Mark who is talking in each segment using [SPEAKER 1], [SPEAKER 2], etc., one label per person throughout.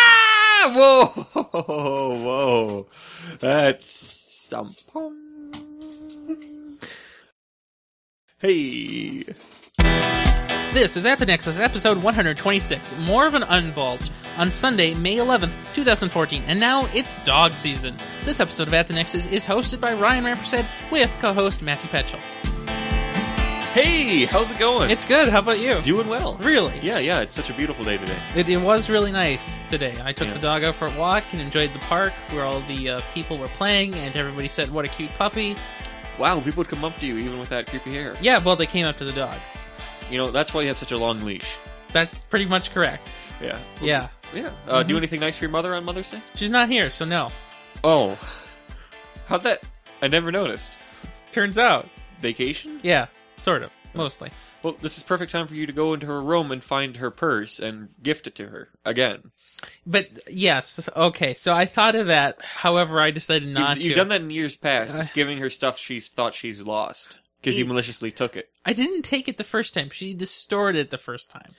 [SPEAKER 1] Ah, whoa, whoa, that's something. Hey,
[SPEAKER 2] This is At the Nexus, episode 126, more of an unbulge, on Sunday, May 11th, 2014, and now it's dog season. This episode of At the Nexus is hosted by Ryan Rampersad with co host Matthew Petchel.
[SPEAKER 1] hey, how's it going?
[SPEAKER 2] It's good, how about you?
[SPEAKER 1] doing well.
[SPEAKER 2] really?
[SPEAKER 1] Yeah, yeah, it's such a beautiful day today.
[SPEAKER 2] It, it was really nice today. I took
[SPEAKER 1] Yeah.
[SPEAKER 2] the dog out for a walk and enjoyed the park where all the uh, people were playing, and everybody said, What a cute puppy.
[SPEAKER 1] Wow, people would come up to you even with that creepy hair.
[SPEAKER 2] Yeah, well, they came up to the dog.
[SPEAKER 1] You know, that's why you have such a long leash.
[SPEAKER 2] That's pretty much correct.
[SPEAKER 1] Yeah,
[SPEAKER 2] Yeah.
[SPEAKER 1] yeah. Uh, Do anything nice for your mother on Mother's Day?
[SPEAKER 2] She's not here, so no.
[SPEAKER 1] Oh, how'd that? I never noticed.
[SPEAKER 2] Turns out.
[SPEAKER 1] Vacation?
[SPEAKER 2] Yeah, sort of. Mostly.
[SPEAKER 1] Well, this is perfect time for you to go into her room and find her purse and gift it to her again.
[SPEAKER 2] But yes, okay. So I thought of that. However, I decided not
[SPEAKER 1] you,
[SPEAKER 2] to.
[SPEAKER 1] have done that in years past, just giving her stuff she's thought she's lost because you
[SPEAKER 2] E-
[SPEAKER 1] maliciously took it.
[SPEAKER 2] I didn't take it the first time. She distorted it the first time.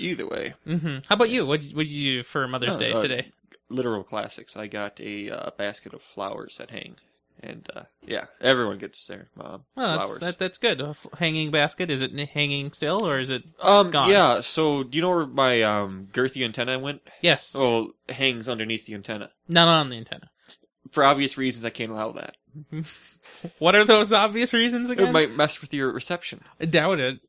[SPEAKER 1] Either way,
[SPEAKER 2] hmm How about you? What what did you do for Mother's
[SPEAKER 1] Oh,
[SPEAKER 2] Day
[SPEAKER 1] uh,
[SPEAKER 2] today?
[SPEAKER 1] literal classics. I got a uh, basket of flowers that hang, and uh, yeah, everyone gets their mom
[SPEAKER 2] Well, that's
[SPEAKER 1] flowers.
[SPEAKER 2] that, that's good. A f- hanging basket. Is it n- hanging still, or is it?
[SPEAKER 1] um,
[SPEAKER 2] gone.
[SPEAKER 1] yeah. So do you know where my um girthy antenna went?
[SPEAKER 2] Yes.
[SPEAKER 1] Oh, it hangs underneath the antenna.
[SPEAKER 2] Not on the antenna.
[SPEAKER 1] For obvious reasons, I can't allow that.
[SPEAKER 2] What are those obvious reasons again?
[SPEAKER 1] It might mess with your reception.
[SPEAKER 2] I doubt it.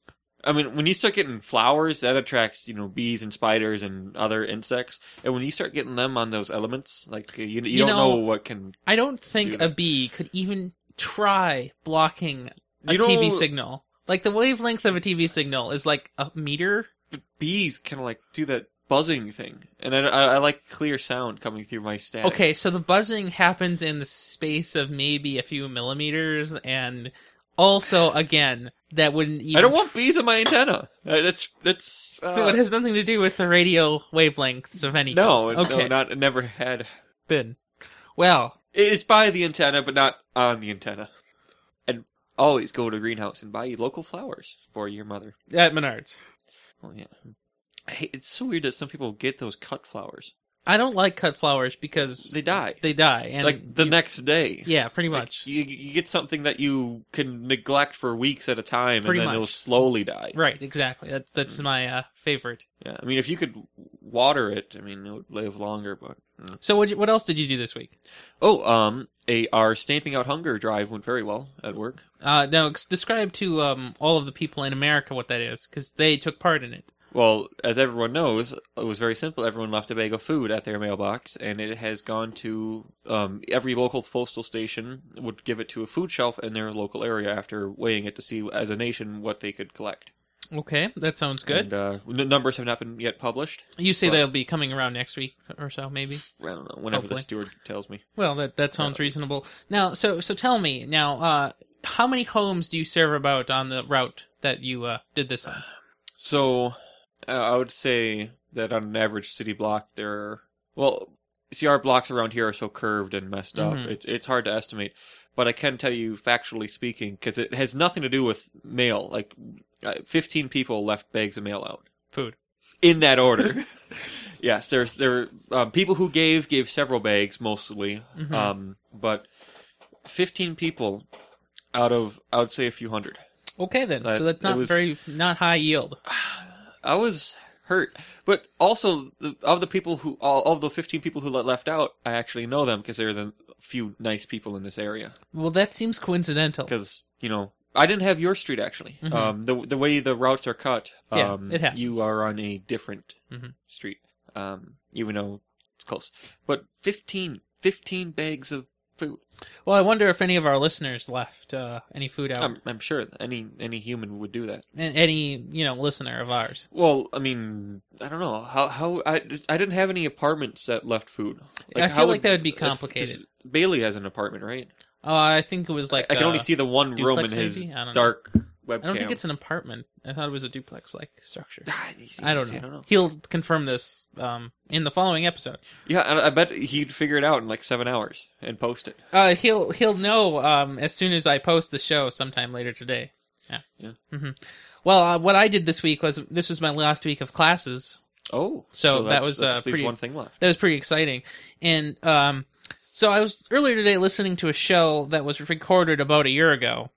[SPEAKER 1] I mean, when you start getting flowers, that attracts you know bees and spiders and other insects. And when you start getting them on those elements, like you, you,
[SPEAKER 2] You
[SPEAKER 1] don't
[SPEAKER 2] know-
[SPEAKER 1] know, what can
[SPEAKER 2] I don't think
[SPEAKER 1] Dude.
[SPEAKER 2] a bee could even try blocking a
[SPEAKER 1] You know-
[SPEAKER 2] TV signal. Like the wavelength of a TV signal is like a meter.
[SPEAKER 1] bees kind of like do that buzzing thing. And I, I, I like clear sound coming through my static.
[SPEAKER 2] Okay, so the buzzing happens in the space of maybe a few millimeters, and also again, that wouldn't even.
[SPEAKER 1] I don't want bees on my antenna. Uh, That's that's uh,
[SPEAKER 2] So it has nothing to do with the radio wavelengths of any.
[SPEAKER 1] no, no,
[SPEAKER 2] Okay.
[SPEAKER 1] not never had.
[SPEAKER 2] Been. Well,
[SPEAKER 1] It's by the antenna, but not on the antenna. And always go to a greenhouse and buy local flowers for your mother.
[SPEAKER 2] at Menards,
[SPEAKER 1] Oh yeah. I hate, it's so weird that some people get those cut flowers.
[SPEAKER 2] I don't like cut flowers because
[SPEAKER 1] They die.
[SPEAKER 2] they die, and
[SPEAKER 1] like the
[SPEAKER 2] you-
[SPEAKER 1] next day.
[SPEAKER 2] yeah, pretty
[SPEAKER 1] Like,
[SPEAKER 2] much.
[SPEAKER 1] you, you get something that you can neglect for weeks at a time, and
[SPEAKER 2] Pretty
[SPEAKER 1] then
[SPEAKER 2] much.
[SPEAKER 1] it'll slowly die.
[SPEAKER 2] Right, exactly. That's that's
[SPEAKER 1] Mm.
[SPEAKER 2] my uh, favorite.
[SPEAKER 1] Yeah, I mean, if you could water it, I mean, it would live longer. But mm.
[SPEAKER 2] So what? What else did you do this week?
[SPEAKER 1] oh, um, a our stamping out hunger drive went very well at work.
[SPEAKER 2] Uh, now ex- describe to um all of the people in America what that is, because they took part in it.
[SPEAKER 1] Well, as everyone knows, it was very simple. Everyone left a bag of food at their mailbox, and it has gone to um, every local postal station would give it to a food shelf in their local area after weighing it to see, as a nation, what they could collect.
[SPEAKER 2] Okay, that sounds
[SPEAKER 1] And,
[SPEAKER 2] good.
[SPEAKER 1] uh, the numbers have not been yet published.
[SPEAKER 2] You say
[SPEAKER 1] But-
[SPEAKER 2] they'll be coming around next week or so, maybe.
[SPEAKER 1] I don't know. Whenever
[SPEAKER 2] Hopefully.
[SPEAKER 1] the steward tells me,
[SPEAKER 2] Well, that that sounds reasonable. Now, so so tell me now, uh, how many homes do you serve about on the route that you uh, did this on?
[SPEAKER 1] so uh, I would say that on an average city block, there are well, see our blocks around here are so curved and messed
[SPEAKER 2] Mhm.
[SPEAKER 1] up. It's it's hard to estimate, but I can tell you factually speaking because it has nothing to do with mail. Like, uh, fifteen people left bags of mail out.
[SPEAKER 2] Food.
[SPEAKER 1] in that order. yes, there's there um, people who gave gave several bags mostly,
[SPEAKER 2] Mhm.
[SPEAKER 1] um, but fifteen people out of I would say a few hundred.
[SPEAKER 2] Okay, then.
[SPEAKER 1] Uh,
[SPEAKER 2] so that's
[SPEAKER 1] it
[SPEAKER 2] not
[SPEAKER 1] was-
[SPEAKER 2] very not high yield.
[SPEAKER 1] I was hurt, but also the, of the people who all of the fifteen people who le- left out, I actually know them because they're the few nice people in this area.
[SPEAKER 2] Well, that seems coincidental.
[SPEAKER 1] Because you know. I didn't have your street actually.
[SPEAKER 2] Mhm.
[SPEAKER 1] Um, the the way the routes are cut,
[SPEAKER 2] Yeah,
[SPEAKER 1] um,
[SPEAKER 2] it happens.
[SPEAKER 1] you are on a different
[SPEAKER 2] Mhm.
[SPEAKER 1] street, um, even though it's close. But 15, 15 bags of food.
[SPEAKER 2] Well, I wonder if any of our listeners left uh, any food out,
[SPEAKER 1] I'm, I'm sure any any human would do that.
[SPEAKER 2] and any you know listener of ours.
[SPEAKER 1] Well, I mean, I don't know how how I, I didn't have any apartments that left food.
[SPEAKER 2] I feel
[SPEAKER 1] how
[SPEAKER 2] like that would be
[SPEAKER 1] if- 'cause
[SPEAKER 2] complicated.
[SPEAKER 1] Bailey has an apartment, right?
[SPEAKER 2] Oh, I think it was like
[SPEAKER 1] I can
[SPEAKER 2] uh,
[SPEAKER 1] only see the one room in
[SPEAKER 2] duplex,
[SPEAKER 1] his
[SPEAKER 2] maybe? I don't know.
[SPEAKER 1] dark webcam.
[SPEAKER 2] I don't think it's an apartment. I thought it was a duplex-like structure.
[SPEAKER 1] You see,
[SPEAKER 2] I
[SPEAKER 1] you
[SPEAKER 2] don't
[SPEAKER 1] see,
[SPEAKER 2] know.
[SPEAKER 1] I don't know.
[SPEAKER 2] He'll confirm this um, in the following episode.
[SPEAKER 1] Yeah, I, I bet he'd figure it out in like seven hours and post it.
[SPEAKER 2] Uh, he'll he'll know um, as soon as I post the show sometime later today. Yeah. Mm-hmm.
[SPEAKER 1] Yeah.
[SPEAKER 2] hmm Well, uh, what I did this week was this was my last week of classes.
[SPEAKER 1] Oh,
[SPEAKER 2] So that
[SPEAKER 1] that's-
[SPEAKER 2] was,
[SPEAKER 1] that
[SPEAKER 2] uh,
[SPEAKER 1] just leaves
[SPEAKER 2] pretty-
[SPEAKER 1] one thing left.
[SPEAKER 2] That was pretty exciting. And um, so I was earlier today listening to a show that was recorded about a year ago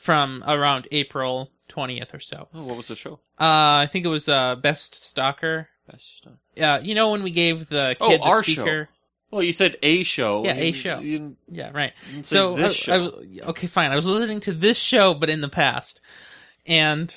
[SPEAKER 2] from around April 20th or so.
[SPEAKER 1] Oh, what was the show?
[SPEAKER 2] Uh, I think it was uh, Best Stalker.
[SPEAKER 1] Best. uh,
[SPEAKER 2] Uh, you know when we gave the kid
[SPEAKER 1] Oh,
[SPEAKER 2] the
[SPEAKER 1] our
[SPEAKER 2] speaker?
[SPEAKER 1] Well, you said a show.
[SPEAKER 2] Yeah, a
[SPEAKER 1] You-
[SPEAKER 2] show.
[SPEAKER 1] You didn't,
[SPEAKER 2] Yeah, right.
[SPEAKER 1] you didn't say
[SPEAKER 2] So
[SPEAKER 1] this
[SPEAKER 2] I-
[SPEAKER 1] show.
[SPEAKER 2] I was- okay, fine. I was listening to this show, but in the past, and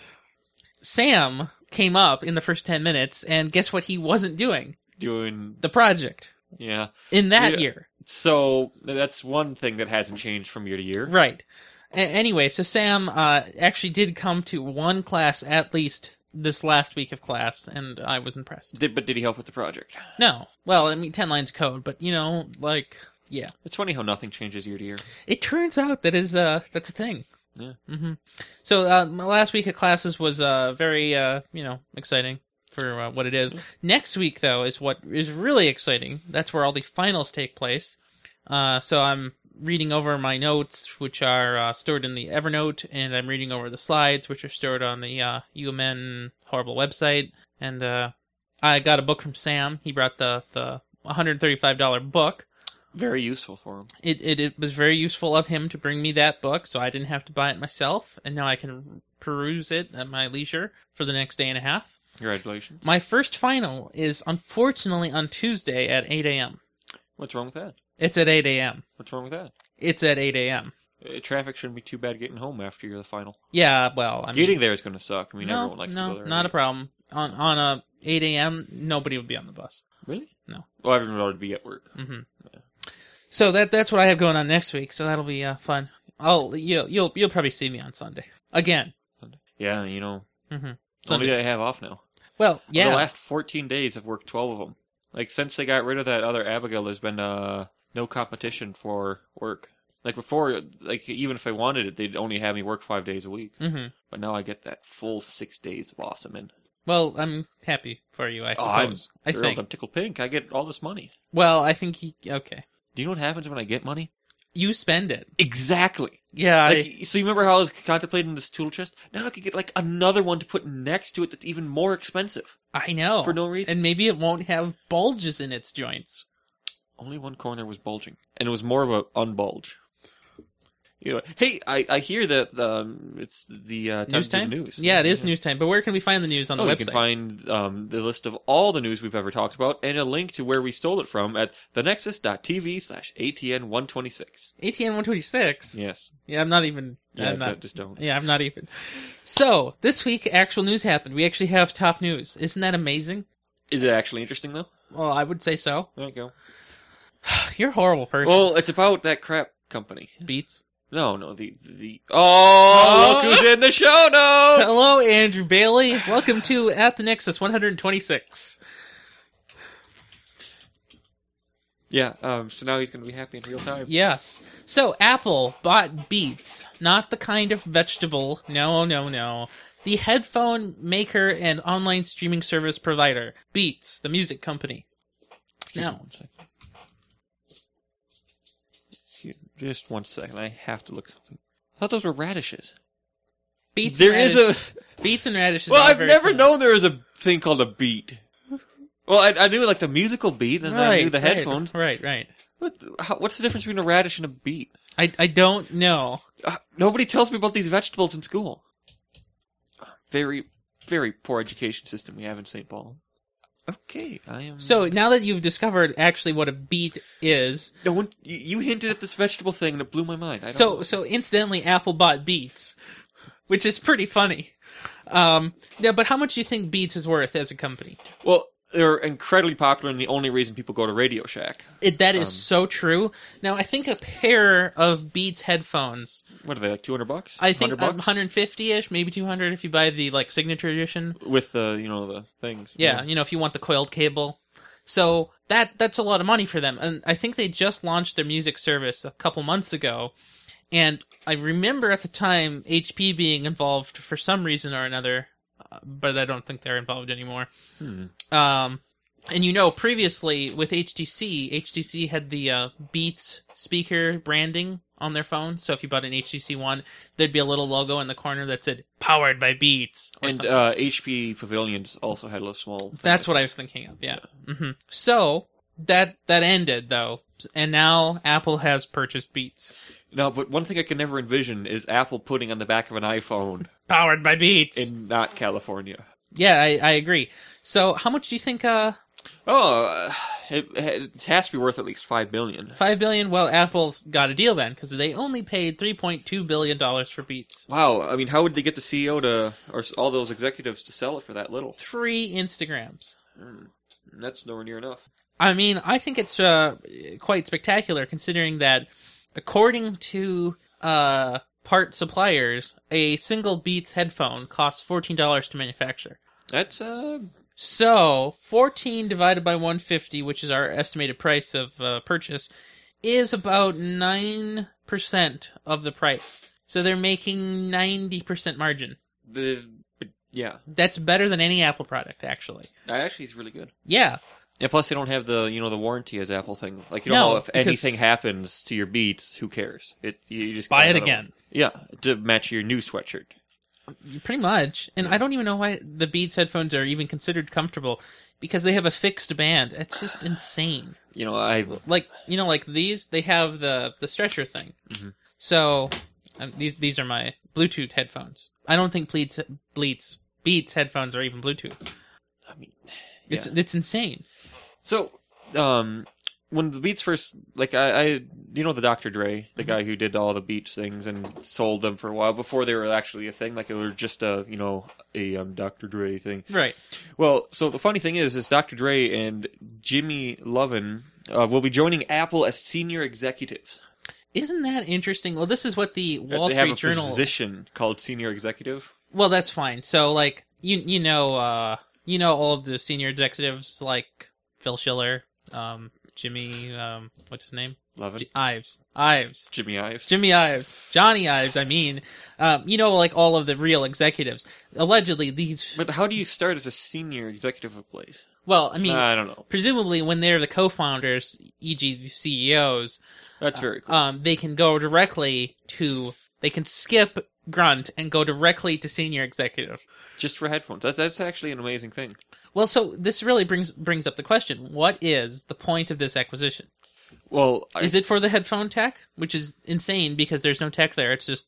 [SPEAKER 2] Sam came up in the first ten minutes, and guess what? He wasn't doing
[SPEAKER 1] doing
[SPEAKER 2] the project
[SPEAKER 1] yeah.
[SPEAKER 2] in that
[SPEAKER 1] Yeah.
[SPEAKER 2] year,
[SPEAKER 1] So that's one thing that hasn't changed from year to year.
[SPEAKER 2] right? A- anyway, so Sam uh, actually did come to one class at least this last week of class, and I was impressed.
[SPEAKER 1] Did, but did he help with the project?
[SPEAKER 2] No, well, I mean, ten lines of code, but you know, like, yeah.
[SPEAKER 1] It's funny how nothing changes year to year.
[SPEAKER 2] It turns out that is uh that's a thing.
[SPEAKER 1] Yeah.
[SPEAKER 2] hmm So uh, my last week of classes was uh very uh you know exciting for uh, what it is. Next week though is what is really exciting. That's where all the finals take place. Uh, so I'm reading over my notes, which are uh, stored in the Evernote, and I'm reading over the slides, which are stored on the uh, UMN horrible website. And uh, I got a book from Sam. He brought the the $135 book
[SPEAKER 1] Very useful for him.
[SPEAKER 2] it, it it was very useful of him to bring me that book, so I didn't have to buy it myself, and now I can peruse it at my leisure for the next day and a half.
[SPEAKER 1] Congratulations.
[SPEAKER 2] My first final is unfortunately on Tuesday at 8 a.m.
[SPEAKER 1] What's wrong with that?
[SPEAKER 2] It's at 8 a.m.
[SPEAKER 1] What's wrong with that?
[SPEAKER 2] It's at 8 a.m.
[SPEAKER 1] Uh, Traffic shouldn't be too bad getting home after you're the final.
[SPEAKER 2] Yeah, well, I mean,
[SPEAKER 1] Getting there is going to suck. I mean,
[SPEAKER 2] no,
[SPEAKER 1] everyone likes
[SPEAKER 2] no,
[SPEAKER 1] to go there.
[SPEAKER 2] not a problem. On on a 8 a.m., nobody would be on the bus.
[SPEAKER 1] Really?
[SPEAKER 2] No.
[SPEAKER 1] Well, everyone ought to be at work.
[SPEAKER 2] hmm So that that's what I have going on next week. So that'll be uh, fun. I'll you'll you'll you'll probably see me on Sunday again.
[SPEAKER 1] Oh, Yeah, you know.
[SPEAKER 2] Mm-hmm.
[SPEAKER 1] Only day I have off now.
[SPEAKER 2] Well, yeah.
[SPEAKER 1] The last 14 days, I've worked 12 of them. Like, since they got rid of that other Abigail, there's been uh, no competition for work. Like, before, like, even if I wanted it, they'd only have me work five days a week.
[SPEAKER 2] hmm
[SPEAKER 1] But now I get that full six days of awesome in.
[SPEAKER 2] Well, I'm happy for you, I
[SPEAKER 1] Oh, I'm
[SPEAKER 2] suppose. I
[SPEAKER 1] thrilled.
[SPEAKER 2] think.
[SPEAKER 1] I'm tickled pink. I get all this money.
[SPEAKER 2] Well, I think he, okay.
[SPEAKER 1] Do you know what happens when I get money?
[SPEAKER 2] You spend it.
[SPEAKER 1] Exactly.
[SPEAKER 2] Yeah,
[SPEAKER 1] Like, so you remember how I was contemplating this tool chest? Now I could get like another one to put next to it that's even more expensive
[SPEAKER 2] I, I know.
[SPEAKER 1] for no reason.
[SPEAKER 2] and maybe it won't have bulges in its joints.
[SPEAKER 1] Only one corner was bulging, and it was more of a unbulge. You know, hey, I, I hear that um, it's the uh, time
[SPEAKER 2] news
[SPEAKER 1] to do the
[SPEAKER 2] time?
[SPEAKER 1] news.
[SPEAKER 2] Yeah, it is news time. But where can we find the news on the
[SPEAKER 1] Oh, you
[SPEAKER 2] website?
[SPEAKER 1] can find um, the list of all the news we've ever talked about and a link to where we stole it from at thenexus.tv slash ATN126.
[SPEAKER 2] ATN 126. Yeah.
[SPEAKER 1] Yes.
[SPEAKER 2] I'm not even.
[SPEAKER 1] Yeah,
[SPEAKER 2] I'm not.
[SPEAKER 1] d- just don't.
[SPEAKER 2] Yeah, I'm not even. So, this week, actual news happened. We actually have top news. Isn't that amazing?
[SPEAKER 1] Is it actually interesting, though?
[SPEAKER 2] Well, I would say so.
[SPEAKER 1] There you go.
[SPEAKER 2] You're a horrible person.
[SPEAKER 1] Well, it's about that crap company.
[SPEAKER 2] Beats.
[SPEAKER 1] No, no, the the oh,
[SPEAKER 2] Oh.
[SPEAKER 1] look who's in the show notes.
[SPEAKER 2] Hello, Andrew Bailey. Welcome to At the Nexus 126.
[SPEAKER 1] Yeah, um, so now he's gonna be happy in real time.
[SPEAKER 2] Yes. So Apple bought Beats, not the kind of vegetable. No, no, no. The headphone maker and online streaming service provider, Beats, the music company.
[SPEAKER 1] Excuse me
[SPEAKER 2] Now,
[SPEAKER 1] one second. Excuse me, just one second. I have to look something. I thought those were radishes.
[SPEAKER 2] Beats.
[SPEAKER 1] There
[SPEAKER 2] and
[SPEAKER 1] is
[SPEAKER 2] radish-
[SPEAKER 1] a
[SPEAKER 2] Beats and radishes.
[SPEAKER 1] well,
[SPEAKER 2] are
[SPEAKER 1] I've
[SPEAKER 2] very
[SPEAKER 1] never
[SPEAKER 2] similar.
[SPEAKER 1] known there was a thing called a beat. Well, I, I knew like the musical beat, and then I knew the
[SPEAKER 2] right,
[SPEAKER 1] headphones.
[SPEAKER 2] Right, right.
[SPEAKER 1] What, how, what's the difference between a radish and a beet?
[SPEAKER 2] I I don't know.
[SPEAKER 1] Uh, nobody tells me about these vegetables in school. Very, very poor education system we have in St. Paul. Okay, I am.
[SPEAKER 2] So now that you've discovered actually what a beat is,
[SPEAKER 1] no one. You, you hinted at this vegetable thing, and it blew my mind. I don't
[SPEAKER 2] So
[SPEAKER 1] know.
[SPEAKER 2] so incidentally, Apple bought Beats, which is pretty funny. Um, yeah, but how much do you think Beats is worth as a company?
[SPEAKER 1] well, they're incredibly popular, and the only reason people go to Radio Shack.
[SPEAKER 2] It, that is
[SPEAKER 1] Um,
[SPEAKER 2] so true. Now I think a pair of Beats headphones,
[SPEAKER 1] What are they like? Two hundred bucks?
[SPEAKER 2] I think
[SPEAKER 1] 100 bucks?
[SPEAKER 2] 150 ish, maybe 200 if you buy the like signature edition.
[SPEAKER 1] with the you know the things.
[SPEAKER 2] Yeah, you know if you want the coiled cable. So that that's a lot of money for them, and I think they just launched their music service a couple months ago. And I remember at the time HP being involved for some reason or another, uh, but I don't think they're involved anymore.
[SPEAKER 1] Hmm.
[SPEAKER 2] Um, and you know, previously with HTC, HTC had the uh, Beats speaker branding on their phone. So if you bought an HTC One, there'd be a little logo in the corner that said "Powered by Beats." or
[SPEAKER 1] And
[SPEAKER 2] something.
[SPEAKER 1] uh, HP Pavilions also had a small. thing.
[SPEAKER 2] That's what I was thinking of. Yeah. hmm So that that ended though, and now Apple has purchased Beats,
[SPEAKER 1] No, but one thing I can never envision is Apple putting on the back of an iPhone
[SPEAKER 2] powered by Beats.
[SPEAKER 1] in not California.
[SPEAKER 2] yeah, I, I agree. So how much do you think? Uh,
[SPEAKER 1] Oh, uh, it, it has to be worth at least five billion.
[SPEAKER 2] five billion. Well, Apple's got a deal then because they only paid three point two billion dollars for Beats.
[SPEAKER 1] Wow, I mean, how would they get the CEO to or s- all those executives to sell it for that little?
[SPEAKER 2] Three Instagrams.
[SPEAKER 1] Mm, that's nowhere near enough.
[SPEAKER 2] I mean, I think it's uh, quite spectacular considering that, according to uh, part suppliers, a single Beats headphone costs fourteen dollars to manufacture.
[SPEAKER 1] That's uh,
[SPEAKER 2] So fourteen divided by one fifty, which is our estimated price of uh, purchase, is about nine percent of the price. So they're making ninety percent margin.
[SPEAKER 1] the yeah.
[SPEAKER 2] That's better than any Apple product, actually.
[SPEAKER 1] That actually is really good.
[SPEAKER 2] Yeah,
[SPEAKER 1] And plus, they don't have the you know the warranty as Apple thing. Like you don't
[SPEAKER 2] No,
[SPEAKER 1] know if
[SPEAKER 2] because-
[SPEAKER 1] anything happens to your Beats, who cares? It you just I
[SPEAKER 2] buy
[SPEAKER 1] don't
[SPEAKER 2] it
[SPEAKER 1] know.
[SPEAKER 2] again.
[SPEAKER 1] Yeah, to match your new sweatshirt.
[SPEAKER 2] Pretty much. And I don't even know why the Beats headphones are even considered comfortable because they have a fixed band. It's just insane.
[SPEAKER 1] You know, I
[SPEAKER 2] Like, you know, like these, they have the the stretcher thing.
[SPEAKER 1] Mhm.
[SPEAKER 2] So, um, these these are my Bluetooth headphones. I don't think Bleats, Bleats, Beats headphones are even Bluetooth.
[SPEAKER 1] I mean,
[SPEAKER 2] It's it's insane.
[SPEAKER 1] So, um, when the Beats first, like I, I you know, the Dr. Dre, the
[SPEAKER 2] Mhm.
[SPEAKER 1] guy who did all the Beats things and sold them for a while before they were actually a thing, like it were just a, you know, a um, Dr. Dre thing.
[SPEAKER 2] Right.
[SPEAKER 1] Well, so the funny thing is, is Dr. Dre and Jimmy Lovin uh, will be joining Apple as senior executives. Uh,
[SPEAKER 2] Isn't that interesting? Well, this is what the Wall
[SPEAKER 1] they
[SPEAKER 2] Street
[SPEAKER 1] have a
[SPEAKER 2] Journal
[SPEAKER 1] position called senior executive.
[SPEAKER 2] Well, that's fine. So like you you know uh you know all of the senior executives like Phil Schiller, um Jimmy um what's his name?
[SPEAKER 1] Lovin,
[SPEAKER 2] J- Ives. Ives.
[SPEAKER 1] Jimmy Ives.
[SPEAKER 2] Jimmy Ives. Johnny Ives, I mean. Um you know like all of the real executives. Allegedly these
[SPEAKER 1] but how do you start as a senior executive of a place?
[SPEAKER 2] well, I mean
[SPEAKER 1] I don't know.
[SPEAKER 2] presumably when they're the co-founders, e.g. the CEOs,
[SPEAKER 1] That's very cool.
[SPEAKER 2] um they can go directly to they can skip grunt and go directly to senior executive.
[SPEAKER 1] Just for headphones. That's, that's actually an amazing thing.
[SPEAKER 2] Well, so this really brings brings up the question: What is the point of this acquisition?
[SPEAKER 1] Well, I-
[SPEAKER 2] Is it for the headphone tech, which is insane because there's no tech there? It's just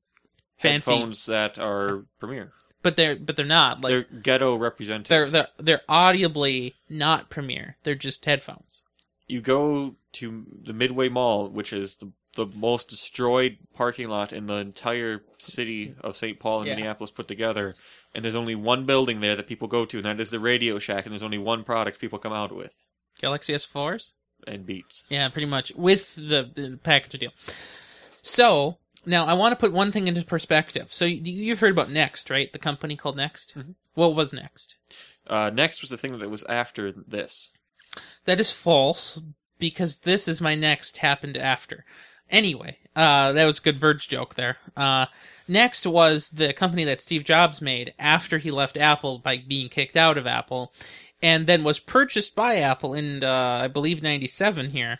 [SPEAKER 2] fancy,
[SPEAKER 1] headphones that are Premiere.
[SPEAKER 2] but they're but they're not like
[SPEAKER 1] they're ghetto representative.
[SPEAKER 2] they're they're they're audibly not Premiere. They're just headphones.
[SPEAKER 1] you go to the Midway Mall, which is the the most destroyed parking lot in the entire city of St. Paul and
[SPEAKER 2] Yeah.
[SPEAKER 1] Minneapolis put together, and there's only one building there that people go to, and that is the Radio Shack, and there's only one product people come out with,
[SPEAKER 2] Galaxy S4s,
[SPEAKER 1] and Beats.
[SPEAKER 2] yeah, pretty much with the, the package deal. So now I want to put one thing into perspective. So you, you've heard about Next, right? The company called Next.
[SPEAKER 1] Mhm.
[SPEAKER 2] What was Next?
[SPEAKER 1] Uh, next was the thing that was after this.
[SPEAKER 2] That is false because this is my next happened after. Anyway, uh, that was a good Verge joke there. Uh, next was the company that Steve Jobs made after he left Apple by being kicked out of Apple, and then was purchased by Apple in, uh, I believe, 97 here.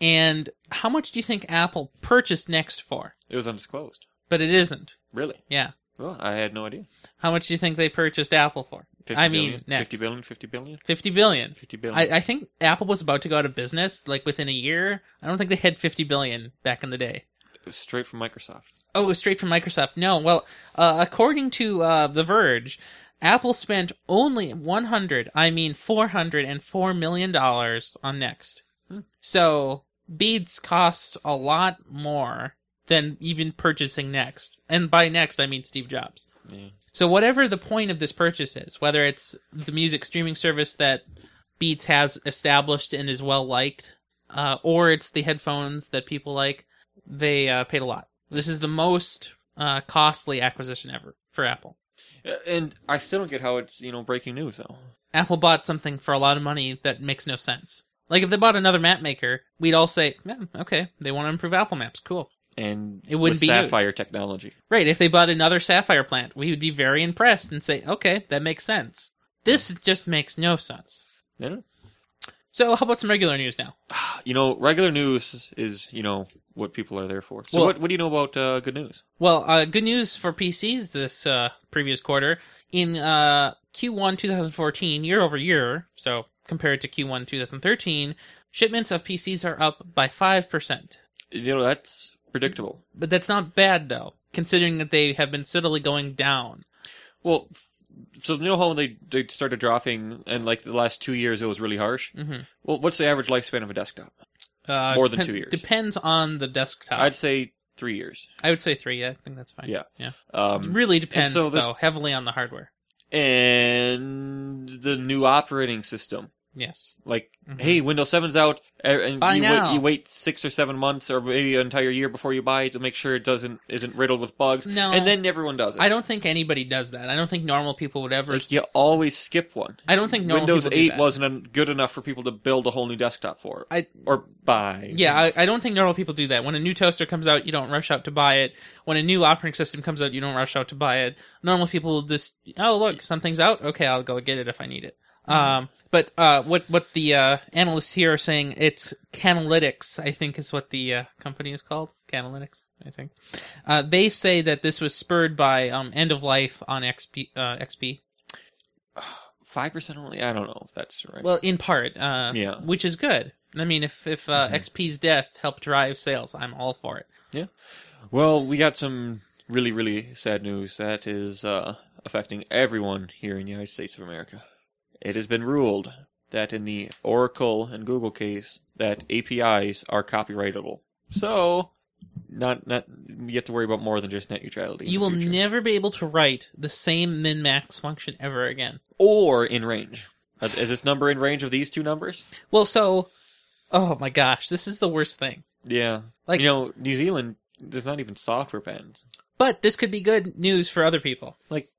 [SPEAKER 2] And how much do you think Apple purchased Next for?
[SPEAKER 1] It was undisclosed.
[SPEAKER 2] But it isn't.
[SPEAKER 1] Really?
[SPEAKER 2] Yeah.
[SPEAKER 1] Well, I had no idea.
[SPEAKER 2] How much do you think they purchased Apple for?
[SPEAKER 1] 50
[SPEAKER 2] I mean,
[SPEAKER 1] billion?
[SPEAKER 2] next.
[SPEAKER 1] 50 billion, 50 billion,
[SPEAKER 2] 50 billion.
[SPEAKER 1] 50 billion.
[SPEAKER 2] I, I think Apple was about to go out of business like within a year. I don't think they had 50 billion back in the day.
[SPEAKER 1] It was straight from Microsoft.
[SPEAKER 2] Oh, it was straight from Microsoft. No, well, uh, according to uh, The Verge, Apple spent only 100, I mean 404 million dollars on Next.
[SPEAKER 1] Hmm.
[SPEAKER 2] So Beats cost a lot more than even purchasing Next, and by Next I mean Steve Jobs.
[SPEAKER 1] Yeah.
[SPEAKER 2] So whatever the point of this purchase is, whether it's the music streaming service that Beats has established and is well liked, uh, or it's the headphones that people like, they uh, paid a lot. This is the most uh, costly acquisition ever for Apple.
[SPEAKER 1] Uh, And I still don't get how it's, you know, breaking news, though.
[SPEAKER 2] Apple bought something for a lot of money that makes no sense. Like if they bought another map maker, we'd all say, yeah, okay, they want to improve Apple Maps, cool.
[SPEAKER 1] And
[SPEAKER 2] It wouldn't
[SPEAKER 1] with
[SPEAKER 2] be news.
[SPEAKER 1] Sapphire technology.
[SPEAKER 2] Right, if they bought another Sapphire plant, we would be very impressed and say, okay, that makes sense. This just makes no sense.
[SPEAKER 1] Yeah.
[SPEAKER 2] So, how about some regular news now?
[SPEAKER 1] you know, regular news is, you know, what people are there for. So
[SPEAKER 2] Well-
[SPEAKER 1] what, what do you know about uh, good news?
[SPEAKER 2] Well, uh, good news for PCs this uh, previous quarter. In uh, Q1 2014, year over year, so compared to Q1 2013, shipments of PCs are up by 5%.
[SPEAKER 1] You know, that's predictable.
[SPEAKER 2] But that's not bad, though, considering that they have been steadily going down.
[SPEAKER 1] Well, f- so you know how when they, they started dropping, and like the last two years it was really harsh?
[SPEAKER 2] Mhm.
[SPEAKER 1] Well, what's the average lifespan of a desktop?
[SPEAKER 2] Uh,
[SPEAKER 1] More than
[SPEAKER 2] depen-
[SPEAKER 1] two years.
[SPEAKER 2] Depends on the desktop.
[SPEAKER 1] I'd say three years.
[SPEAKER 2] I would say three. I think that's fine.
[SPEAKER 1] Yeah.
[SPEAKER 2] Yeah. It
[SPEAKER 1] Um,
[SPEAKER 2] really depends,
[SPEAKER 1] so there's-
[SPEAKER 2] though, heavily on the hardware.
[SPEAKER 1] and the new operating system.
[SPEAKER 2] Yes.
[SPEAKER 1] Like,
[SPEAKER 2] Mhm.
[SPEAKER 1] hey, Windows 7's out, a- and
[SPEAKER 2] Buy
[SPEAKER 1] you,
[SPEAKER 2] now.
[SPEAKER 1] Wait, you wait six or seven months or maybe an entire year before you buy it to make sure it doesn't isn't riddled with bugs.
[SPEAKER 2] No.
[SPEAKER 1] And then everyone does it.
[SPEAKER 2] I don't think anybody does that. I don't think normal people would ever.
[SPEAKER 1] Like you always skip one.
[SPEAKER 2] I don't think normal
[SPEAKER 1] Windows
[SPEAKER 2] people do
[SPEAKER 1] 8
[SPEAKER 2] that.
[SPEAKER 1] wasn't en- good enough for people to build a whole new desktop for,
[SPEAKER 2] I
[SPEAKER 1] or buy.
[SPEAKER 2] Yeah, I, I don't think normal people do that. When a new toaster comes out, you don't rush out to buy it. When a new operating system comes out, you don't rush out to buy it. Normal people will just, oh look, something's out. Okay, I'll go get it if I need it. Um, but uh, what what the uh, analysts here are saying, it's Canalytics, I think is what the uh, company is called. Canalytics, I think. Uh, they say that this was spurred by um, end of life on XP. Uh, XP.
[SPEAKER 1] five percent only. I don't know if that's right.
[SPEAKER 2] Well, in part, uh,
[SPEAKER 1] Yeah.
[SPEAKER 2] which is good. I mean, if if uh,
[SPEAKER 1] Mhm.
[SPEAKER 2] XP's death helped drive sales, I'm all for it.
[SPEAKER 1] Well, we got some really, really sad news that is uh, affecting everyone here in the United States of America. It has been ruled that in the Oracle and Google case, that APIs are copyrightable. So, not not you have to worry about more than just net neutrality. in
[SPEAKER 2] You
[SPEAKER 1] the
[SPEAKER 2] will
[SPEAKER 1] future.
[SPEAKER 2] never be able to write the same min max function ever again.
[SPEAKER 1] or in range. Uh, Is this number in range of these two numbers?
[SPEAKER 2] Well, so, oh my gosh, this is the worst thing.
[SPEAKER 1] Yeah,
[SPEAKER 2] Like-
[SPEAKER 1] you know, New Zealand there's not even software patents.
[SPEAKER 2] But this could be good news for other people,
[SPEAKER 1] Like,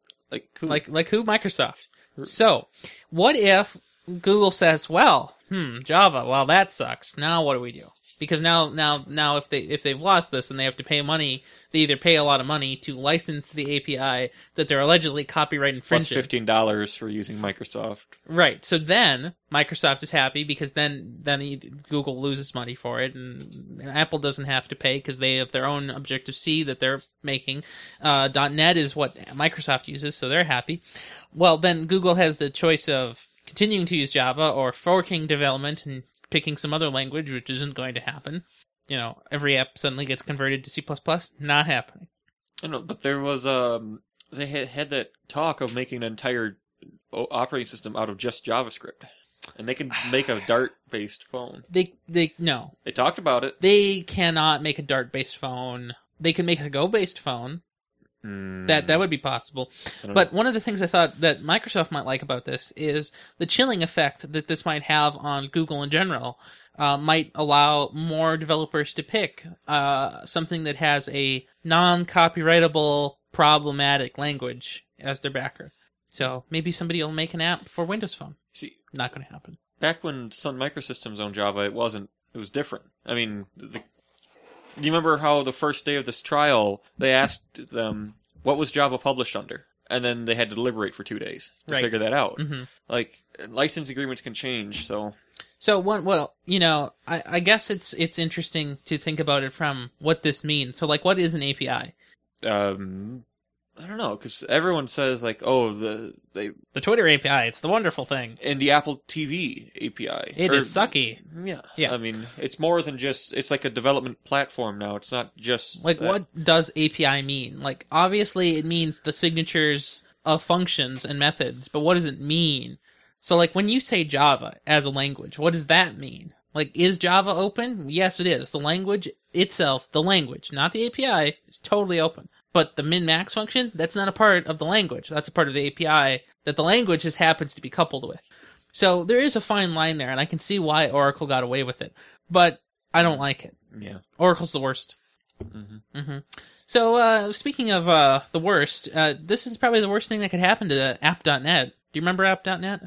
[SPEAKER 1] who-
[SPEAKER 2] like like who Microsoft. So, what if Google says, "Well, hmm, Java, well that sucks. Now what do we do?" Because now now now if they if they've lost this and they have to pay money, they either pay a lot of money to license the API that they're allegedly copyright
[SPEAKER 1] plus
[SPEAKER 2] infringing.
[SPEAKER 1] fifteen dollars for using Microsoft.
[SPEAKER 2] Right. So then Microsoft is happy because then then he, Google loses money for it, and, and Apple doesn't have to pay because they have their own Objective C that they're making. Uh, .NET is what Microsoft uses, so they're happy. Well, then Google has the choice of continuing to use Java or forking development and picking some other language, which isn't going to happen. You know, every app suddenly gets converted to C++. Not happening.
[SPEAKER 1] I don't know, but there was um they had had that talk of making an entire o- operating system out of just JavaScript, and they can make a Dart based phone.
[SPEAKER 2] They they no.
[SPEAKER 1] They talked about it.
[SPEAKER 2] They cannot make a Dart based phone. They can make a Go based phone. that
[SPEAKER 1] Mm.
[SPEAKER 2] that would be possible.
[SPEAKER 1] don't
[SPEAKER 2] But one of the things I thought that Microsoft might like about this is the chilling effect that this might have on Google in general. Uh, might allow more developers to pick uh, something that has a non-copyrightable problematic language as their backer. So maybe somebody will make an app for Windows Phone.
[SPEAKER 1] See,
[SPEAKER 2] Not going to happen.
[SPEAKER 1] back when Sun Microsystems owned Java, it wasn't. It was different. I mean, the, do you remember how the first day of this trial they asked them what was Java published under, and then they had to deliberate for two days to
[SPEAKER 2] Right.
[SPEAKER 1] figure that out.
[SPEAKER 2] hmm
[SPEAKER 1] Like license agreements can change, so
[SPEAKER 2] So one, well, you know, I, I guess it's it's interesting to think about it from what this means. So like, what is an API?
[SPEAKER 1] um I don't know because everyone says like oh the they
[SPEAKER 2] The Twitter API. It's the wonderful thing.
[SPEAKER 1] and the Apple TV API
[SPEAKER 2] It is
[SPEAKER 1] or- mm,
[SPEAKER 2] sucky.
[SPEAKER 1] yeah
[SPEAKER 2] Yeah.
[SPEAKER 1] I mean it's more than just it's like a development platform now it's not just
[SPEAKER 2] Like,
[SPEAKER 1] that.
[SPEAKER 2] what does API mean? Like, obviously, it means the signatures of functions and methods, but what does it mean? So, like, when you say Java as a language, what does that mean? Like, is Java open? Yes, it is. The language itself, the language, not the API, is totally open. But the min max function, that's not a part of the language. That's a part of the API that the language just happens to be coupled with. So, there is a fine line there, and I can see why Oracle got away with it. But I don't like it.
[SPEAKER 1] yeah
[SPEAKER 2] Oracle's the worst.
[SPEAKER 1] hmm
[SPEAKER 2] hmm So, uh, speaking of uh, the worst, uh, this is probably the worst thing that could happen to app.net. Do you remember app.net?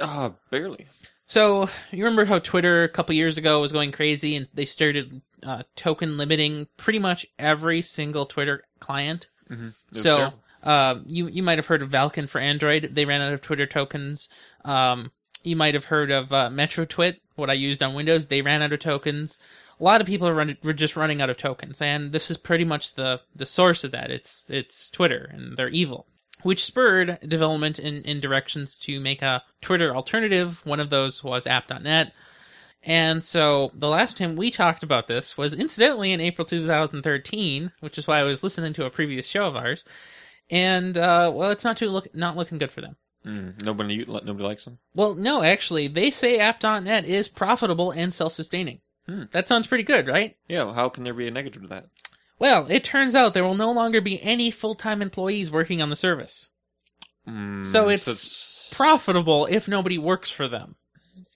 [SPEAKER 1] ah barely
[SPEAKER 2] So, you remember how Twitter a couple years ago was going crazy and they started uh, token limiting pretty much every single Twitter client?
[SPEAKER 1] Mhm. It was
[SPEAKER 2] So,
[SPEAKER 1] terrible.
[SPEAKER 2] uh, you, you might have heard of Valken for Android. They ran out of Twitter tokens. Um, you might have heard of uh, MetroTwit, what I used on Windows. They ran out of tokens. A lot of people are run, were just running out of tokens, and this is pretty much the the source of that. It's it's Twitter, and they're evil, which spurred development in in directions to make a Twitter alternative. One of those was app.net. And so the last time we talked about this was incidentally in April 2013, which is why I was listening to a previous show of ours. And uh, well, it's not too look not looking good for them.
[SPEAKER 1] Mm, nobody nobody likes them.
[SPEAKER 2] Well, no, actually, they say app.net is profitable and self-sustaining.
[SPEAKER 1] Hmm.
[SPEAKER 2] That sounds pretty good, right?
[SPEAKER 1] Yeah, how can there be a negative to that?
[SPEAKER 2] Well, it turns out there will no longer be any full-time employees working on the service.
[SPEAKER 1] Mm,
[SPEAKER 2] So it's Profitable if nobody works for them.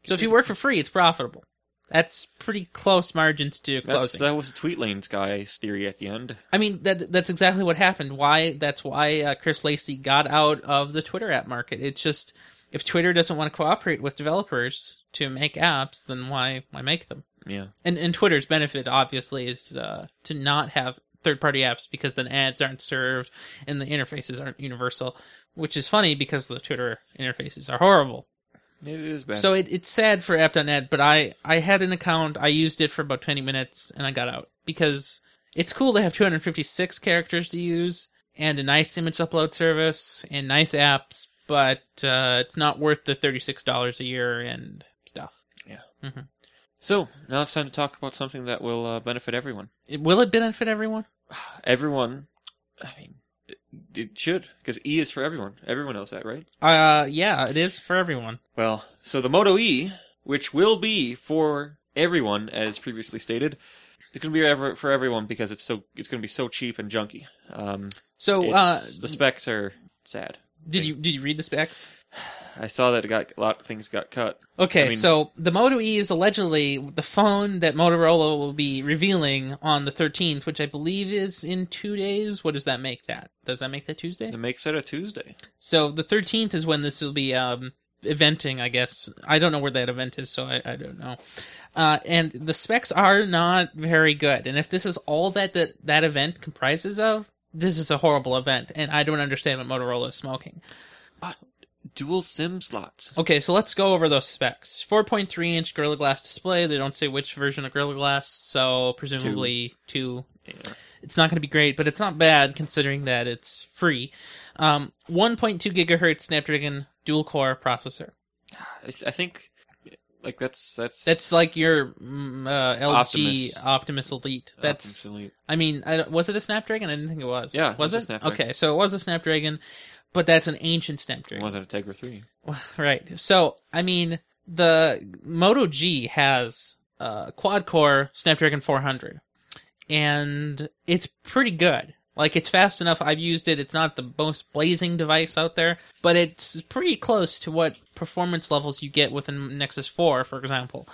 [SPEAKER 2] So if you work for free, it's profitable. That's pretty close margins to
[SPEAKER 1] That's,
[SPEAKER 2] closing.
[SPEAKER 1] that was TweetLane's guy's theory at the end.
[SPEAKER 2] I mean that that's exactly what happened. Why that's why uh, Chris Lacey got out of the Twitter app market. It's just if Twitter doesn't want to cooperate with developers to make apps, then why why make them?
[SPEAKER 1] Yeah,
[SPEAKER 2] And and Twitter's benefit obviously is uh, to not have third party apps because then ads aren't served and the interfaces aren't universal, which is funny because the Twitter interfaces are horrible.
[SPEAKER 1] it is bad.
[SPEAKER 2] So it, it's sad for app.net, but I, I had an account, I used it for about 20 minutes, and I got out. Because it's cool to have 256 characters to use, and a nice image upload service, and nice apps, but uh, it's not worth the $36 a year and stuff.
[SPEAKER 1] So, now it's time to talk about something that will uh, benefit everyone.
[SPEAKER 2] It- Will it benefit everyone?
[SPEAKER 1] Everyone, I mean, it, it should, because E is for everyone. Everyone knows that, right?
[SPEAKER 2] Uh, yeah, it is for everyone.
[SPEAKER 1] Well, so the Moto E, which will be for everyone, as previously stated, it's going to be ever- for everyone because it's so it's going to be so cheap and junky. Um,
[SPEAKER 2] So, uh,
[SPEAKER 1] it's- the specs are sad.
[SPEAKER 2] did you did you read the specs?
[SPEAKER 1] I saw that it got a lot of things got cut.
[SPEAKER 2] Okay,
[SPEAKER 1] I mean-
[SPEAKER 2] so the Moto E is allegedly the phone that Motorola will be revealing on the 13th, which I believe is in two days. What does that make that? Does that make that Tuesday?
[SPEAKER 1] It makes it a Tuesday.
[SPEAKER 2] So the 13th is when this will be um, eventing, I guess. I don't know where that event is, so I, I don't know. Uh, and the specs are not very good. And if this is all that, that that event comprises of, this is a horrible event, and I don't understand what Motorola is smoking.
[SPEAKER 1] Dual SIM slots.
[SPEAKER 2] Okay, so let's go over those specs. 4.3 inch Gorilla Glass display. They don't say which version of Gorilla Glass, so presumably two.
[SPEAKER 1] Yeah.
[SPEAKER 2] It's not going to be great, but it's not bad considering that it's free. Um, 1.2 gigahertz Snapdragon dual core processor.
[SPEAKER 1] I, I think, like that's that's
[SPEAKER 2] That's like your mm, uh, LG Optimus.
[SPEAKER 1] Optimus.
[SPEAKER 2] Elite. That's
[SPEAKER 1] Optimally-
[SPEAKER 2] I mean, I, don't- was it a Snapdragon? I didn't think it was.
[SPEAKER 1] Yeah, it
[SPEAKER 2] was
[SPEAKER 1] was a
[SPEAKER 2] it?
[SPEAKER 1] Snapdragon.
[SPEAKER 2] Okay, so it was a Snapdragon, but that's an ancient
[SPEAKER 1] It
[SPEAKER 2] Snapdragon.
[SPEAKER 1] wasn't a Tegra 3.
[SPEAKER 2] Well, Right. So, I mean, the Moto G has uh, quad core Snapdragon 400, and it's pretty good. Like, it's fast enough. I've used it. It's not the most blazing device out there, but it's pretty close to what performance levels you get with a Nexus 4, for example.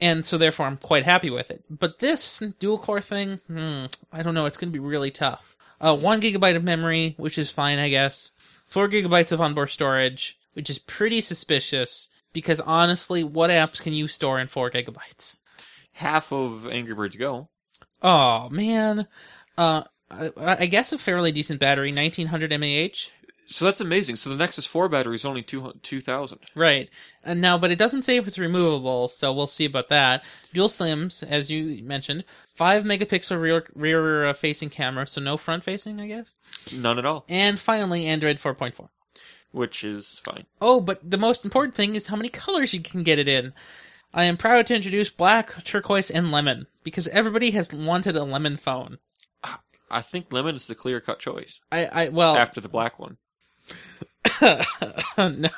[SPEAKER 2] And so, therefore, I'm quite happy with it. But this dual core thing, hmm, I don't know. It's going to be really tough. Uh, one gigabyte of memory, which is fine, I guess four gigabytes of onboard storage, which is pretty suspicious because honestly, what apps can you store in four gigabytes?
[SPEAKER 1] Half of Angry Birds Go.
[SPEAKER 2] Oh man, uh, I, I guess a fairly decent battery, nineteen hundred mAh,
[SPEAKER 1] So that's amazing. So the Nexus 4 battery is only two 2,000.
[SPEAKER 2] right? And now, but it doesn't say if it's removable, so we'll see about that. Dual slims, as you mentioned, five megapixel rear rear uh, facing camera, so no front facing, I guess.
[SPEAKER 1] None at all.
[SPEAKER 2] And finally, Android four point four.
[SPEAKER 1] Which is fine.
[SPEAKER 2] Oh, but the most important thing is how many colors you can get it in. I am proud to introduce black, turquoise, and lemon because everybody has wanted a lemon phone.
[SPEAKER 1] I think lemon is the clear cut choice
[SPEAKER 2] I, I well,
[SPEAKER 1] after the black one.
[SPEAKER 2] no,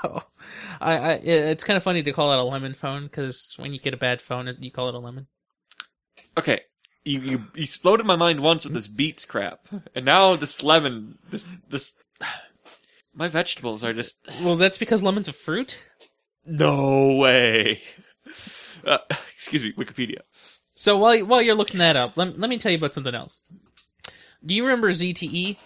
[SPEAKER 2] I, I, it- it's kind of funny to call it a lemon phone because when you get a bad phone, it- you call it a lemon.
[SPEAKER 1] Okay. You, you you exploded my mind once with this beets crap, and now this lemon, this this, my vegetables are just
[SPEAKER 2] Well, that's because lemon's a fruit.
[SPEAKER 1] no way. Uh, excuse me, Wikipedia.
[SPEAKER 2] So while while you're looking that up, let let me tell you about something else. Do you remember E? ZTE?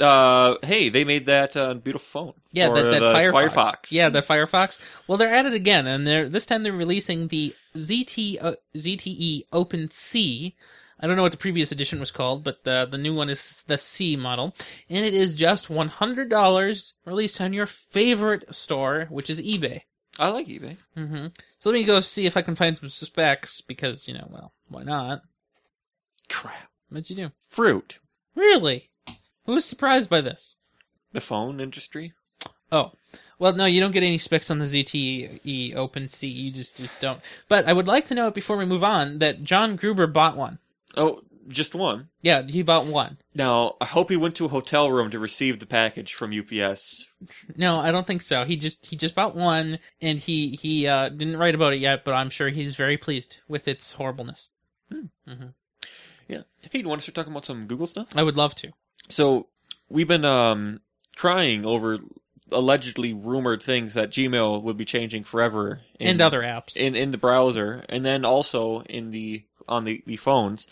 [SPEAKER 1] Uh, hey, they made that uh, beautiful phone.
[SPEAKER 2] Yeah,
[SPEAKER 1] for
[SPEAKER 2] that, that
[SPEAKER 1] the
[SPEAKER 2] Firefox.
[SPEAKER 1] Firefox.
[SPEAKER 2] Yeah, the Firefox. Well, they're at it again, and they're this time they're releasing the ZT uh, ZTE Open C. I don't know what the previous edition was called, but the the new one is the C model, and it is just one hundred dollars, released on your favorite store, which is eBay.
[SPEAKER 1] I like eBay.
[SPEAKER 2] hmm So let me go see if I can find some specs because you know, well, why not?
[SPEAKER 1] Crap.
[SPEAKER 2] What'd you do?
[SPEAKER 1] Fruit.
[SPEAKER 2] Really? Who was surprised by this?
[SPEAKER 1] The phone industry.
[SPEAKER 2] Oh, well, no, you don't get any specs on the ZTE OpenC. You just just don't. But I would like to note before we move on that John Gruber bought one.
[SPEAKER 1] Oh, just one.
[SPEAKER 2] Yeah, he bought one.
[SPEAKER 1] Now, I hope he went to a hotel room to receive the package from UPS.
[SPEAKER 2] No, I don't think so. He just he just bought one, and he he uh, didn't write about it yet, but I'm sure he's very pleased with its horribleness. Hmm. Mm-hmm.
[SPEAKER 1] Yeah. Hey, you want to start talking about some Google stuff?
[SPEAKER 2] I would love to.
[SPEAKER 1] So, we've been um, crying over allegedly rumored things that Gmail would be changing forever in-
[SPEAKER 2] and other apps.
[SPEAKER 1] in in the browser and then also in the on the, the phones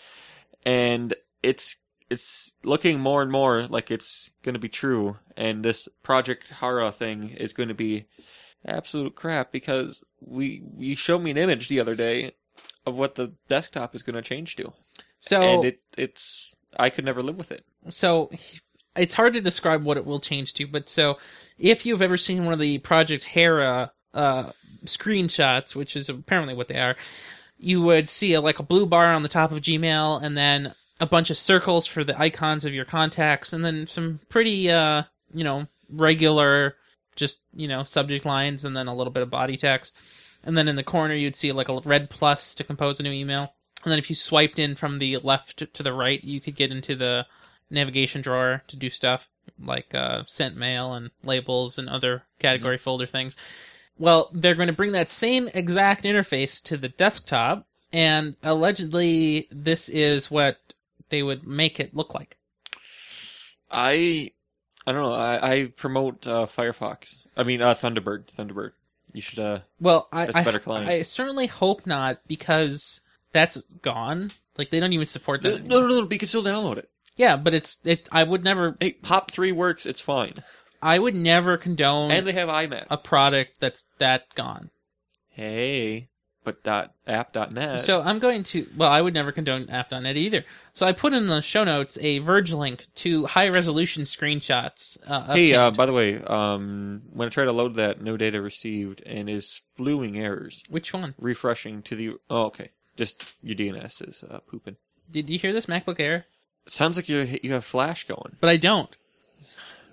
[SPEAKER 1] and it's it's looking more and more like it's going to be true and this project hara thing is going to be absolute crap because we you showed me an image the other day of what the desktop is going to change to
[SPEAKER 2] so
[SPEAKER 1] and it it's i could never live with it
[SPEAKER 2] so it's hard to describe what it will change to, but so if you've ever seen one of the Project Hera uh, screenshots, which is apparently what they are, you would see a, like a blue bar on the top of Gmail, and then a bunch of circles for the icons of your contacts, and then some pretty uh, you know regular just you know subject lines, and then a little bit of body text, and then in the corner you'd see like a red plus to compose a new email. And then if you swiped in from the left to the right, you could get into the navigation drawer to do stuff like uh, sent mail and labels and other category
[SPEAKER 1] Mm-hmm.
[SPEAKER 2] folder things. Well, they're going to bring that same exact interface to the desktop, and allegedly, this is what they would make it look like.
[SPEAKER 1] i i don't know i, I promote uh, firefox i mean uh, thunderbird thunderbird you should uh
[SPEAKER 2] Well, I
[SPEAKER 1] That's
[SPEAKER 2] I-
[SPEAKER 1] better client.
[SPEAKER 2] I certainly hope not because that's gone. Like they don't even support
[SPEAKER 1] no
[SPEAKER 2] that.
[SPEAKER 1] no
[SPEAKER 2] anymore.
[SPEAKER 1] no, no you can still download it
[SPEAKER 2] Yeah, but it's it. I would never.
[SPEAKER 1] Hey, Pop Three works. It's fine,
[SPEAKER 2] I would never condone
[SPEAKER 1] and they have iMac.
[SPEAKER 2] a product that's that gone.
[SPEAKER 1] hey, but dot app dot net.
[SPEAKER 2] So I'm going to. Well, I would never condone app.net either. So I put in the show notes a Verge link to high resolution screenshots. Uh,
[SPEAKER 1] hey, uh,
[SPEAKER 2] obtained,
[SPEAKER 1] by the way, um, when I try to load that, no data received, and is spluing errors,
[SPEAKER 2] which one?
[SPEAKER 1] refreshing to the. Oh, okay, just your DNS is uh, pooping.
[SPEAKER 2] Did you hear this MacBook Air?
[SPEAKER 1] It sounds like you you have Flash going.
[SPEAKER 2] But I don't.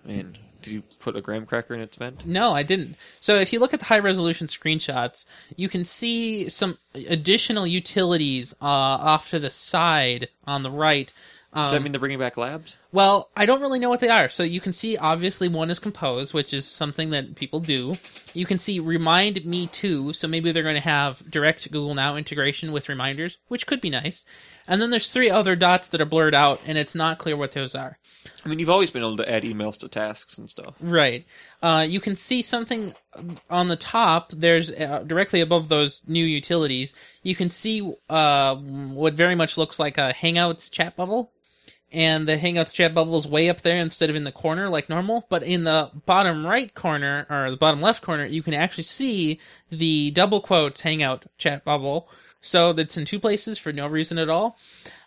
[SPEAKER 1] Man, did you put a graham cracker in its vent?
[SPEAKER 2] No, I didn't. So if you look at the high resolution screenshots, you can see some additional utilities uh, off to the side on the right. Um,
[SPEAKER 1] Does that mean they're bringing back labs?
[SPEAKER 2] Well, I don't really know what they are. So you can see, obviously, one is compose, which is something that people do. You can see remind me too. So maybe they're going to have direct Google Now integration with reminders, which could be nice. And then there's three other dots that are blurred out, and it's not clear what those are.
[SPEAKER 1] I mean, you've always been able to add emails to tasks and stuff.
[SPEAKER 2] Right. Uh, you can see something on the top. There's uh, directly above those new utilities. You can see uh, what very much looks like a Hangouts chat bubble, and the Hangouts chat bubble is way up there instead of in the corner like normal. But in the bottom right corner or the bottom left corner, you can actually see the double quotes Hangout chat bubble. So that's in two places for no reason at all.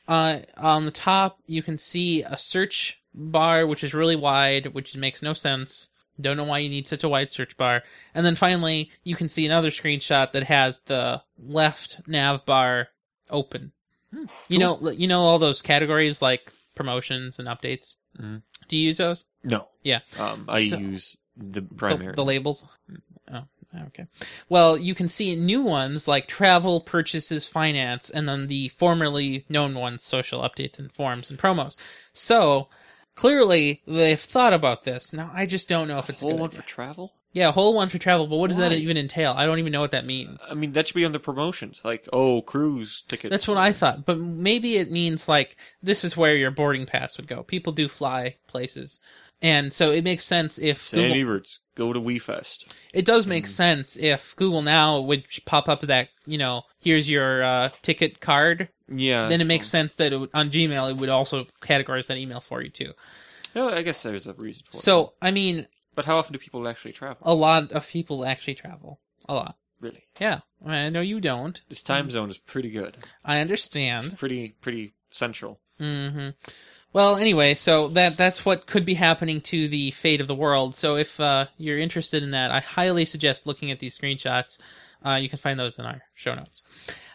[SPEAKER 2] Uh, on the top, you can see a search bar, which is really wide, which makes no sense. Don't know why you need such a wide search bar. And then finally, you can see another screenshot that has the left nav bar open. You know, you know all those categories like promotions and updates.
[SPEAKER 1] Mhm.
[SPEAKER 2] Do you use those?
[SPEAKER 1] No.
[SPEAKER 2] Yeah.
[SPEAKER 1] Um, I
[SPEAKER 2] So-
[SPEAKER 1] use the
[SPEAKER 2] The-
[SPEAKER 1] primary.
[SPEAKER 2] The, labels. Oh, okay. Well, you can see new ones like travel, purchases, finance, and then the formerly known ones, social updates and forums and promos. So clearly they've thought about this. Now I just don't know if it's a
[SPEAKER 1] whole
[SPEAKER 2] good
[SPEAKER 1] one
[SPEAKER 2] idea.
[SPEAKER 1] for travel.
[SPEAKER 2] yeah, a whole one for travel. But what does that
[SPEAKER 1] Why?
[SPEAKER 2] even entail? I don't even know what that means.
[SPEAKER 1] I mean, that should be under promotions, like oh, cruise tickets.
[SPEAKER 2] That's what I thought, but maybe it means like this is where your boarding pass would go. People do fly places, and so it makes sense if
[SPEAKER 1] San
[SPEAKER 2] Google-
[SPEAKER 1] Ebert's go to WeFest.
[SPEAKER 2] It does make sense if Google Now would pop up that you know here's your uh, ticket card.
[SPEAKER 1] Yeah.
[SPEAKER 2] then it makes sense that it would, on Gmail it would also categorize that email for you too.
[SPEAKER 1] No, I guess there's a reason for it.
[SPEAKER 2] So Oh. I mean,
[SPEAKER 1] but how often do people actually travel?
[SPEAKER 2] a lot of people actually travel a lot.
[SPEAKER 1] Really,
[SPEAKER 2] Yeah. I mean, I know you don't.
[SPEAKER 1] this time zone is pretty good.
[SPEAKER 2] I
[SPEAKER 1] It's
[SPEAKER 2] understand.
[SPEAKER 1] pretty pretty central.
[SPEAKER 2] hmm Well, anyway, so that that's what could be happening to the fate of the world. So if uh, you're interested in that, I highly suggest looking at these screenshots. Uh, you can find those in our show notes.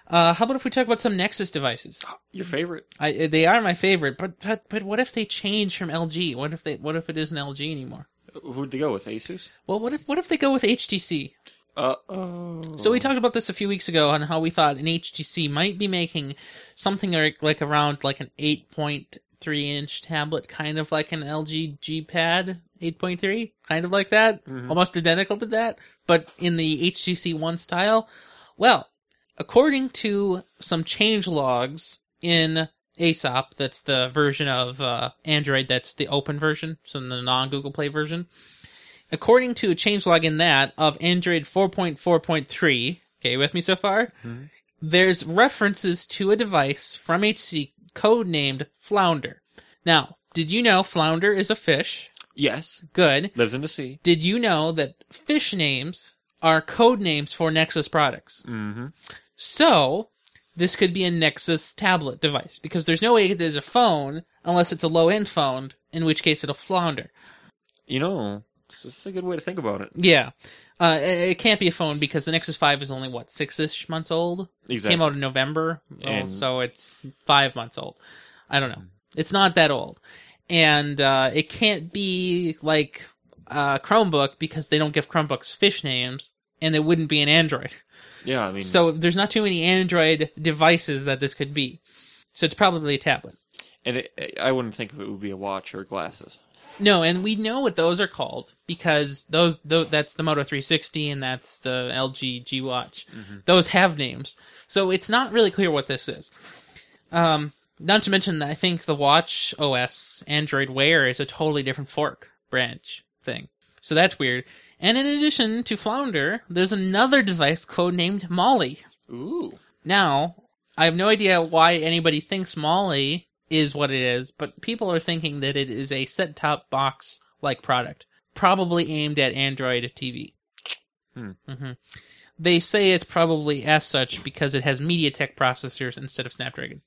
[SPEAKER 2] Uh, how about if we talk about some Nexus devices?
[SPEAKER 1] Your favorite?
[SPEAKER 2] I, they are my favorite, but, but but what if they change from LG? What if they what if it isn't LG anymore?
[SPEAKER 1] Who'd they go with? Asus.
[SPEAKER 2] Well, what if what if they go with HTC?
[SPEAKER 1] Uh oh.
[SPEAKER 2] So we talked about this a few weeks ago on how we thought an HTC might be making something like, like around like an 8.3 inch tablet, kind of like an LG G Pad 8.3, kind of like that,
[SPEAKER 1] Mhm.
[SPEAKER 2] almost identical to that, but in the HTC One style. Well, according to some change logs in ASOP, that's the version of uh, Android that's the open version, so the non Google Play version. According to a changelog in that of Android 4.4.3, okay, with me so far?
[SPEAKER 1] Mhm.
[SPEAKER 2] There's references to a device from HTC codenamed Flounder. Now, did you know Flounder is a fish?
[SPEAKER 1] yes,
[SPEAKER 2] Good.
[SPEAKER 1] lives in the sea.
[SPEAKER 2] Did you know that fish names are code names for Nexus products?
[SPEAKER 1] Mm-hmm.
[SPEAKER 2] So this could be a Nexus tablet device because there's no way it is a phone unless it's a low end phone, in which case it'll flounder.
[SPEAKER 1] You know, this is a good way to think about it.
[SPEAKER 2] Yeah. Uh, it, it can't be a phone because the Nexus 5 is only, what, six ish months old?
[SPEAKER 1] Exactly.
[SPEAKER 2] Came out in November, oh,
[SPEAKER 1] And-
[SPEAKER 2] so it's five months old. I don't know. It's not that old. And uh, it can't be like uh, Chromebook because they don't give Chromebooks fish names and it wouldn't be an Android.
[SPEAKER 1] yeah, I mean,
[SPEAKER 2] So there's not too many Android devices that this could be. So it's probably a tablet.
[SPEAKER 1] and it, I wouldn't think of it would be a watch or glasses.
[SPEAKER 2] No, and we know what those are called because those, those that's the Moto 360 and that's the LG G Watch. Those have names. So it's not really clear what this is. Um, not to mention that I think the Watch OS Android Wear is a totally different fork branch thing. So that's weird. And in addition to Flounder, there's another device codenamed Molly.
[SPEAKER 1] Ooh,
[SPEAKER 2] Now, I have no idea why anybody thinks Molly is what it is, but people are thinking that it is a set top box like product, probably aimed at Android TV.
[SPEAKER 1] Hmm.
[SPEAKER 2] hmm They say it's probably as such because it has MediaTek processors instead of Snapdragon.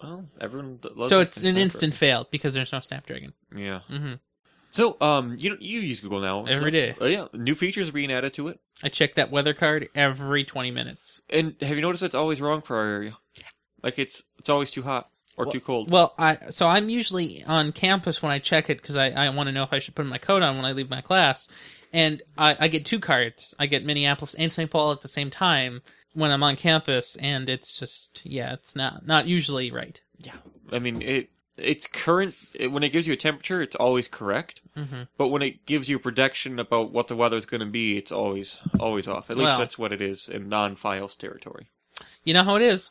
[SPEAKER 1] well, everyone. that loves
[SPEAKER 2] so
[SPEAKER 1] it
[SPEAKER 2] it's
[SPEAKER 1] can
[SPEAKER 2] an
[SPEAKER 1] snap it.
[SPEAKER 2] instant fail because there's no Snapdragon.
[SPEAKER 1] Yeah.
[SPEAKER 2] hmm
[SPEAKER 1] So, um, you you use Google now
[SPEAKER 2] Every
[SPEAKER 1] every
[SPEAKER 2] day.
[SPEAKER 1] day. yeah, new features are being added to it.
[SPEAKER 2] I check that weather card every 20 minutes.
[SPEAKER 1] And have you noticed it's always wrong for our area? Like it's it's always too hot or too cold.
[SPEAKER 2] Well, I so I'm usually on campus when I check it because I, I want to know if I should put my coat on when I leave my class, and I, I get two cards. I get Minneapolis and St. Paul at the same time when I'm on campus, and it's just yeah, it's not not usually right.
[SPEAKER 1] yeah, I mean it. It's current it, when it gives you a temperature, it's always correct.
[SPEAKER 2] hmm
[SPEAKER 1] But when it gives you a prediction about what the weather's going to be, it's always always off. At least
[SPEAKER 2] Well-
[SPEAKER 1] that's what it is in non-files territory.
[SPEAKER 2] You know how it is.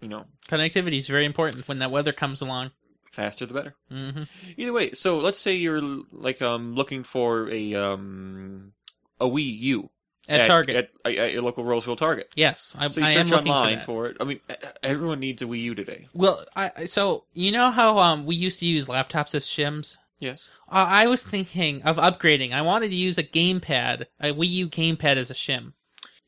[SPEAKER 1] You know,
[SPEAKER 2] Connectivity is very important when that weather comes along.
[SPEAKER 1] faster the better.
[SPEAKER 2] hmm
[SPEAKER 1] Either way, so let's say you're like um looking for a um a Wii U
[SPEAKER 2] At, Target,
[SPEAKER 1] at, at, at your local Roseville Target.
[SPEAKER 2] yes, I,
[SPEAKER 1] So you
[SPEAKER 2] I am
[SPEAKER 1] search
[SPEAKER 2] looking for
[SPEAKER 1] online
[SPEAKER 2] that.
[SPEAKER 1] for, it. I mean, e- everyone needs a Wii U today.
[SPEAKER 2] well, I I- so you know how um we used to use laptops as shims.
[SPEAKER 1] Yes.
[SPEAKER 2] Uh, I was thinking of upgrading. I wanted to use a gamepad, a Wii U gamepad as a shim.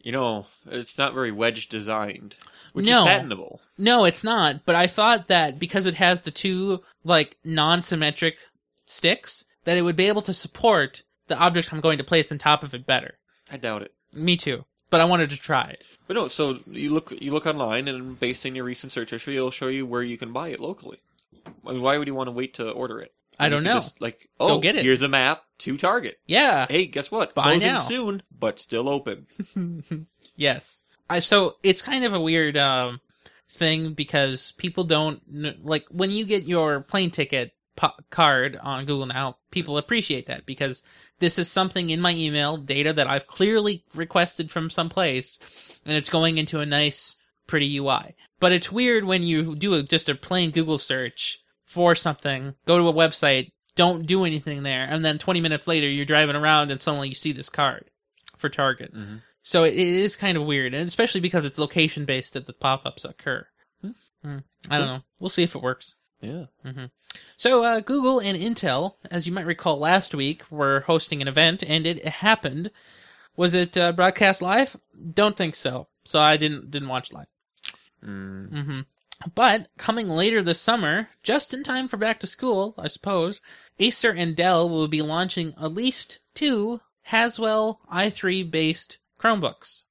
[SPEAKER 1] You know, it's not very wedge designed, which
[SPEAKER 2] No.
[SPEAKER 1] is patentable.
[SPEAKER 2] No, it's not, but I thought that because it has the two, like, non-symmetric sticks, that it would be able to support the object I'm going to place on top of it better.
[SPEAKER 1] I doubt it.
[SPEAKER 2] Me too. But I wanted to try it.
[SPEAKER 1] But no, so you look you look online, and based on your recent search history, it'll show you where you can buy it locally. I mean, why would you want to wait to order it?
[SPEAKER 2] I
[SPEAKER 1] You
[SPEAKER 2] don't
[SPEAKER 1] can
[SPEAKER 2] know.
[SPEAKER 1] Just, like,
[SPEAKER 2] Go
[SPEAKER 1] oh,
[SPEAKER 2] get it.
[SPEAKER 1] here's a map to Target.
[SPEAKER 2] Yeah.
[SPEAKER 1] Hey, guess what?
[SPEAKER 2] Buy
[SPEAKER 1] Closing
[SPEAKER 2] now.
[SPEAKER 1] soon, but still open.
[SPEAKER 2] yes. I, so it's kind of a weird um, thing because people don't kn- like when you get your plane ticket po- card on Google Now. People appreciate that because this is something in my email data that I've clearly requested from someplace, and it's going into a nice, pretty UI. But it's weird when you do a, just a plain Google search for something, go to a website, don't do anything there, and then 20 minutes later you're driving around and suddenly you see this card for Target.
[SPEAKER 1] Mm-hmm.
[SPEAKER 2] So it, it is kind of weird, and especially because it's location based that the pop ups occur.
[SPEAKER 1] Hmm.
[SPEAKER 2] Hmm. I don't know. We'll see if it works.
[SPEAKER 1] Yeah.
[SPEAKER 2] So uh, Google and Intel, as you might recall last week, were hosting an event, and it happened Was it uh, broadcast live? Don't think so. So I didn't didn't watch live.
[SPEAKER 1] Mm.
[SPEAKER 2] hmm But coming later this summer, just in time for back to school, I suppose, Acer and Dell will be launching at least two Haswell i3 based Chromebooks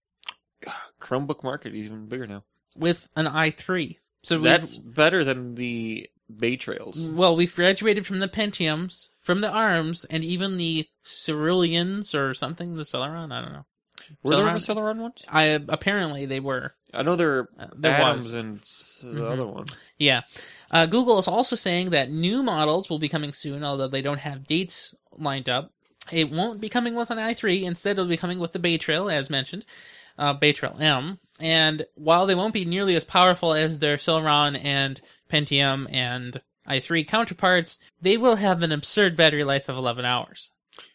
[SPEAKER 1] Chromebook market is even bigger now.
[SPEAKER 2] with an i3. So we've- Mm.
[SPEAKER 1] That's better than the Bay Trails.
[SPEAKER 2] well, we've graduated from the Pentiums, from the ARMs, and even the Ceruleans or something, the Celeron, I don't know.
[SPEAKER 1] Were there ever
[SPEAKER 2] Celeron-
[SPEAKER 1] Celeron ones?
[SPEAKER 2] I apparently they were.
[SPEAKER 1] I know there
[SPEAKER 2] Uh,
[SPEAKER 1] are
[SPEAKER 2] there
[SPEAKER 1] Adams
[SPEAKER 2] was.
[SPEAKER 1] and s- the
[SPEAKER 2] Mhm.
[SPEAKER 1] other one.
[SPEAKER 2] Yeah. Uh, Google is also saying that new models will be coming soon, although they don't have dates lined up. It won't be coming with an i3. Instead, it'll be coming with the Bay Trail, as mentioned, uh, Bay Trail M. And while they won't be nearly as powerful as their Celeron and Pentium and i3 counterparts, they will have an absurd battery life of 11 hours.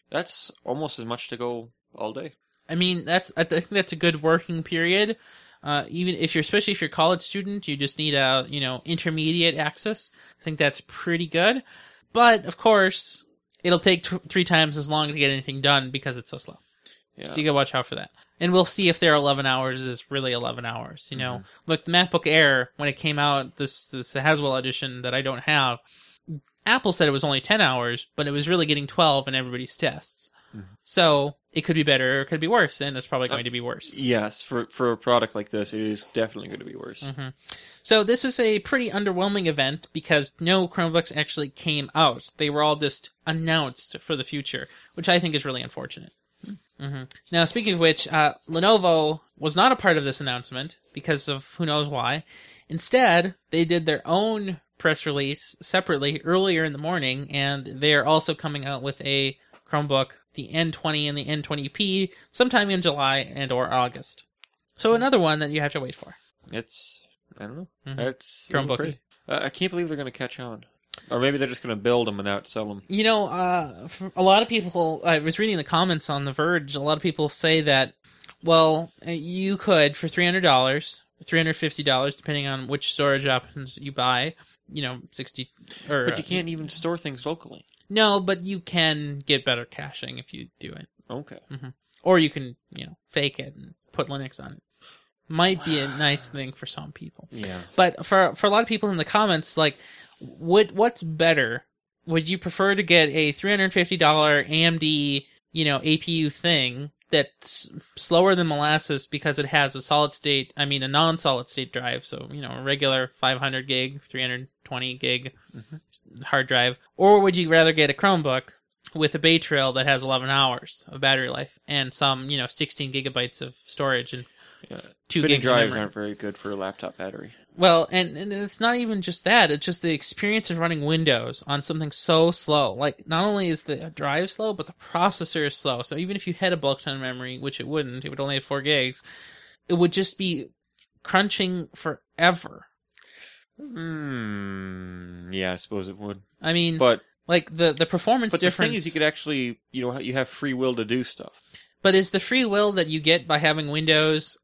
[SPEAKER 1] That's almost as much to go all day.
[SPEAKER 2] I mean, that's I think that's a good working period. Uh, even if you're, especially if you're a college student, you just need a you know intermediate access. I think that's pretty good. But of course, it'll take t- three times as long to get anything done because it's so slow.
[SPEAKER 1] Yeah.
[SPEAKER 2] So you gotta watch out for that. And we'll see if their 11 hours is really 11 hours. You know,
[SPEAKER 1] Mm-hmm.
[SPEAKER 2] look, the MacBook Air when it came out, this this Haswell edition that I don't have, Apple said it was only 10 hours, but it was really getting 12 in everybody's tests.
[SPEAKER 1] Mhm.
[SPEAKER 2] So it could be better or it could be worse, and it's probably
[SPEAKER 1] Uh,
[SPEAKER 2] going to be worse.
[SPEAKER 1] Yes, for for a product like this, it is definitely going to be worse.
[SPEAKER 2] Mhm. So this is a pretty underwhelming event because no Chromebooks actually came out. They were all just announced for the future, which I think is really unfortunate. hmm Now, speaking of which, uh, Lenovo was not a part of this announcement because of who knows why. Instead, they did their own press release separately earlier in the morning, and they're also coming out with a Chromebook, the N20 and the N20P, sometime in July and or August. So another one that you have to wait for.
[SPEAKER 1] It's I don't know.
[SPEAKER 2] Mhm.
[SPEAKER 1] It's
[SPEAKER 2] Chromebook.
[SPEAKER 1] crazy. Uh, I can't believe they're going to catch on, or maybe they're just going to build them and outsell them.
[SPEAKER 2] You know, uh, f- a lot of people. I was reading the comments on The Verge. A lot of people say that, well, uh, you could for three hundred dollars, three hundred fifty dollars, depending on which storage options you buy. You know, sixty or
[SPEAKER 1] But you
[SPEAKER 2] uh,
[SPEAKER 1] can't even store things locally.
[SPEAKER 2] No, but you can get better caching if you do it,
[SPEAKER 1] Okay.
[SPEAKER 2] or you can, you know, fake it and put Linux on it. Might be a nice thing for some people.
[SPEAKER 1] Yeah.
[SPEAKER 2] But for for a lot of people in the comments, like, what what's better? Would you prefer to get a three hundred fifty dollar AMD, you know, APU thing that's slower than molasses because it has a solid state, I mean, a non solid state drive, so you know, a regular five hundred gig, three hundred twenty gig
[SPEAKER 1] Mhm.
[SPEAKER 2] s- hard drive, or would you rather get a Chromebook? With a Bay Trail that has 11 hours of battery life and some, you know, 16 gigabytes of storage and
[SPEAKER 1] yeah.
[SPEAKER 2] two
[SPEAKER 1] Spinning
[SPEAKER 2] gigs of
[SPEAKER 1] drives
[SPEAKER 2] memory.
[SPEAKER 1] aren't very good for a laptop battery.
[SPEAKER 2] Well, and, and it's not even just that. It's just the experience of running Windows on something so slow. Like, not only is the drive slow, but the processor is slow. So even if you had a bulk ton of memory, which it wouldn't, it would only have four gigs, it would just be crunching forever.
[SPEAKER 1] Hmm. Yeah, I suppose it would.
[SPEAKER 2] I mean,
[SPEAKER 1] But
[SPEAKER 2] like the the performance
[SPEAKER 1] but the
[SPEAKER 2] Mm. difference.
[SPEAKER 1] thing is, you could actually you know you have free will to do stuff.
[SPEAKER 2] But is the free will that you get by having Windows,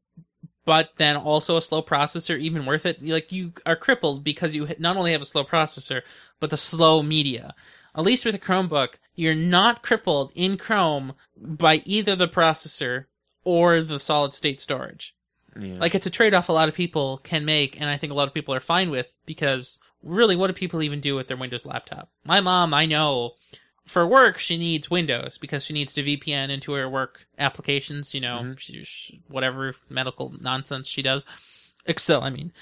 [SPEAKER 2] but then also a slow processor, even worth it? You- Like you are crippled because you ha- not only have a slow processor, but the slow media. At least with a Chromebook, you're not crippled in Chrome by either the processor or the solid state storage.
[SPEAKER 1] Yeah.
[SPEAKER 2] Like it's a trade off a lot of people can make, and I think a lot of people are fine with because really, what do people even do with their Windows laptop? My mom, I know, for work she needs Windows because she needs to VPN into her work applications. You know,
[SPEAKER 1] Mhm.
[SPEAKER 2] she- she- whatever medical nonsense she does, Excel, I mean,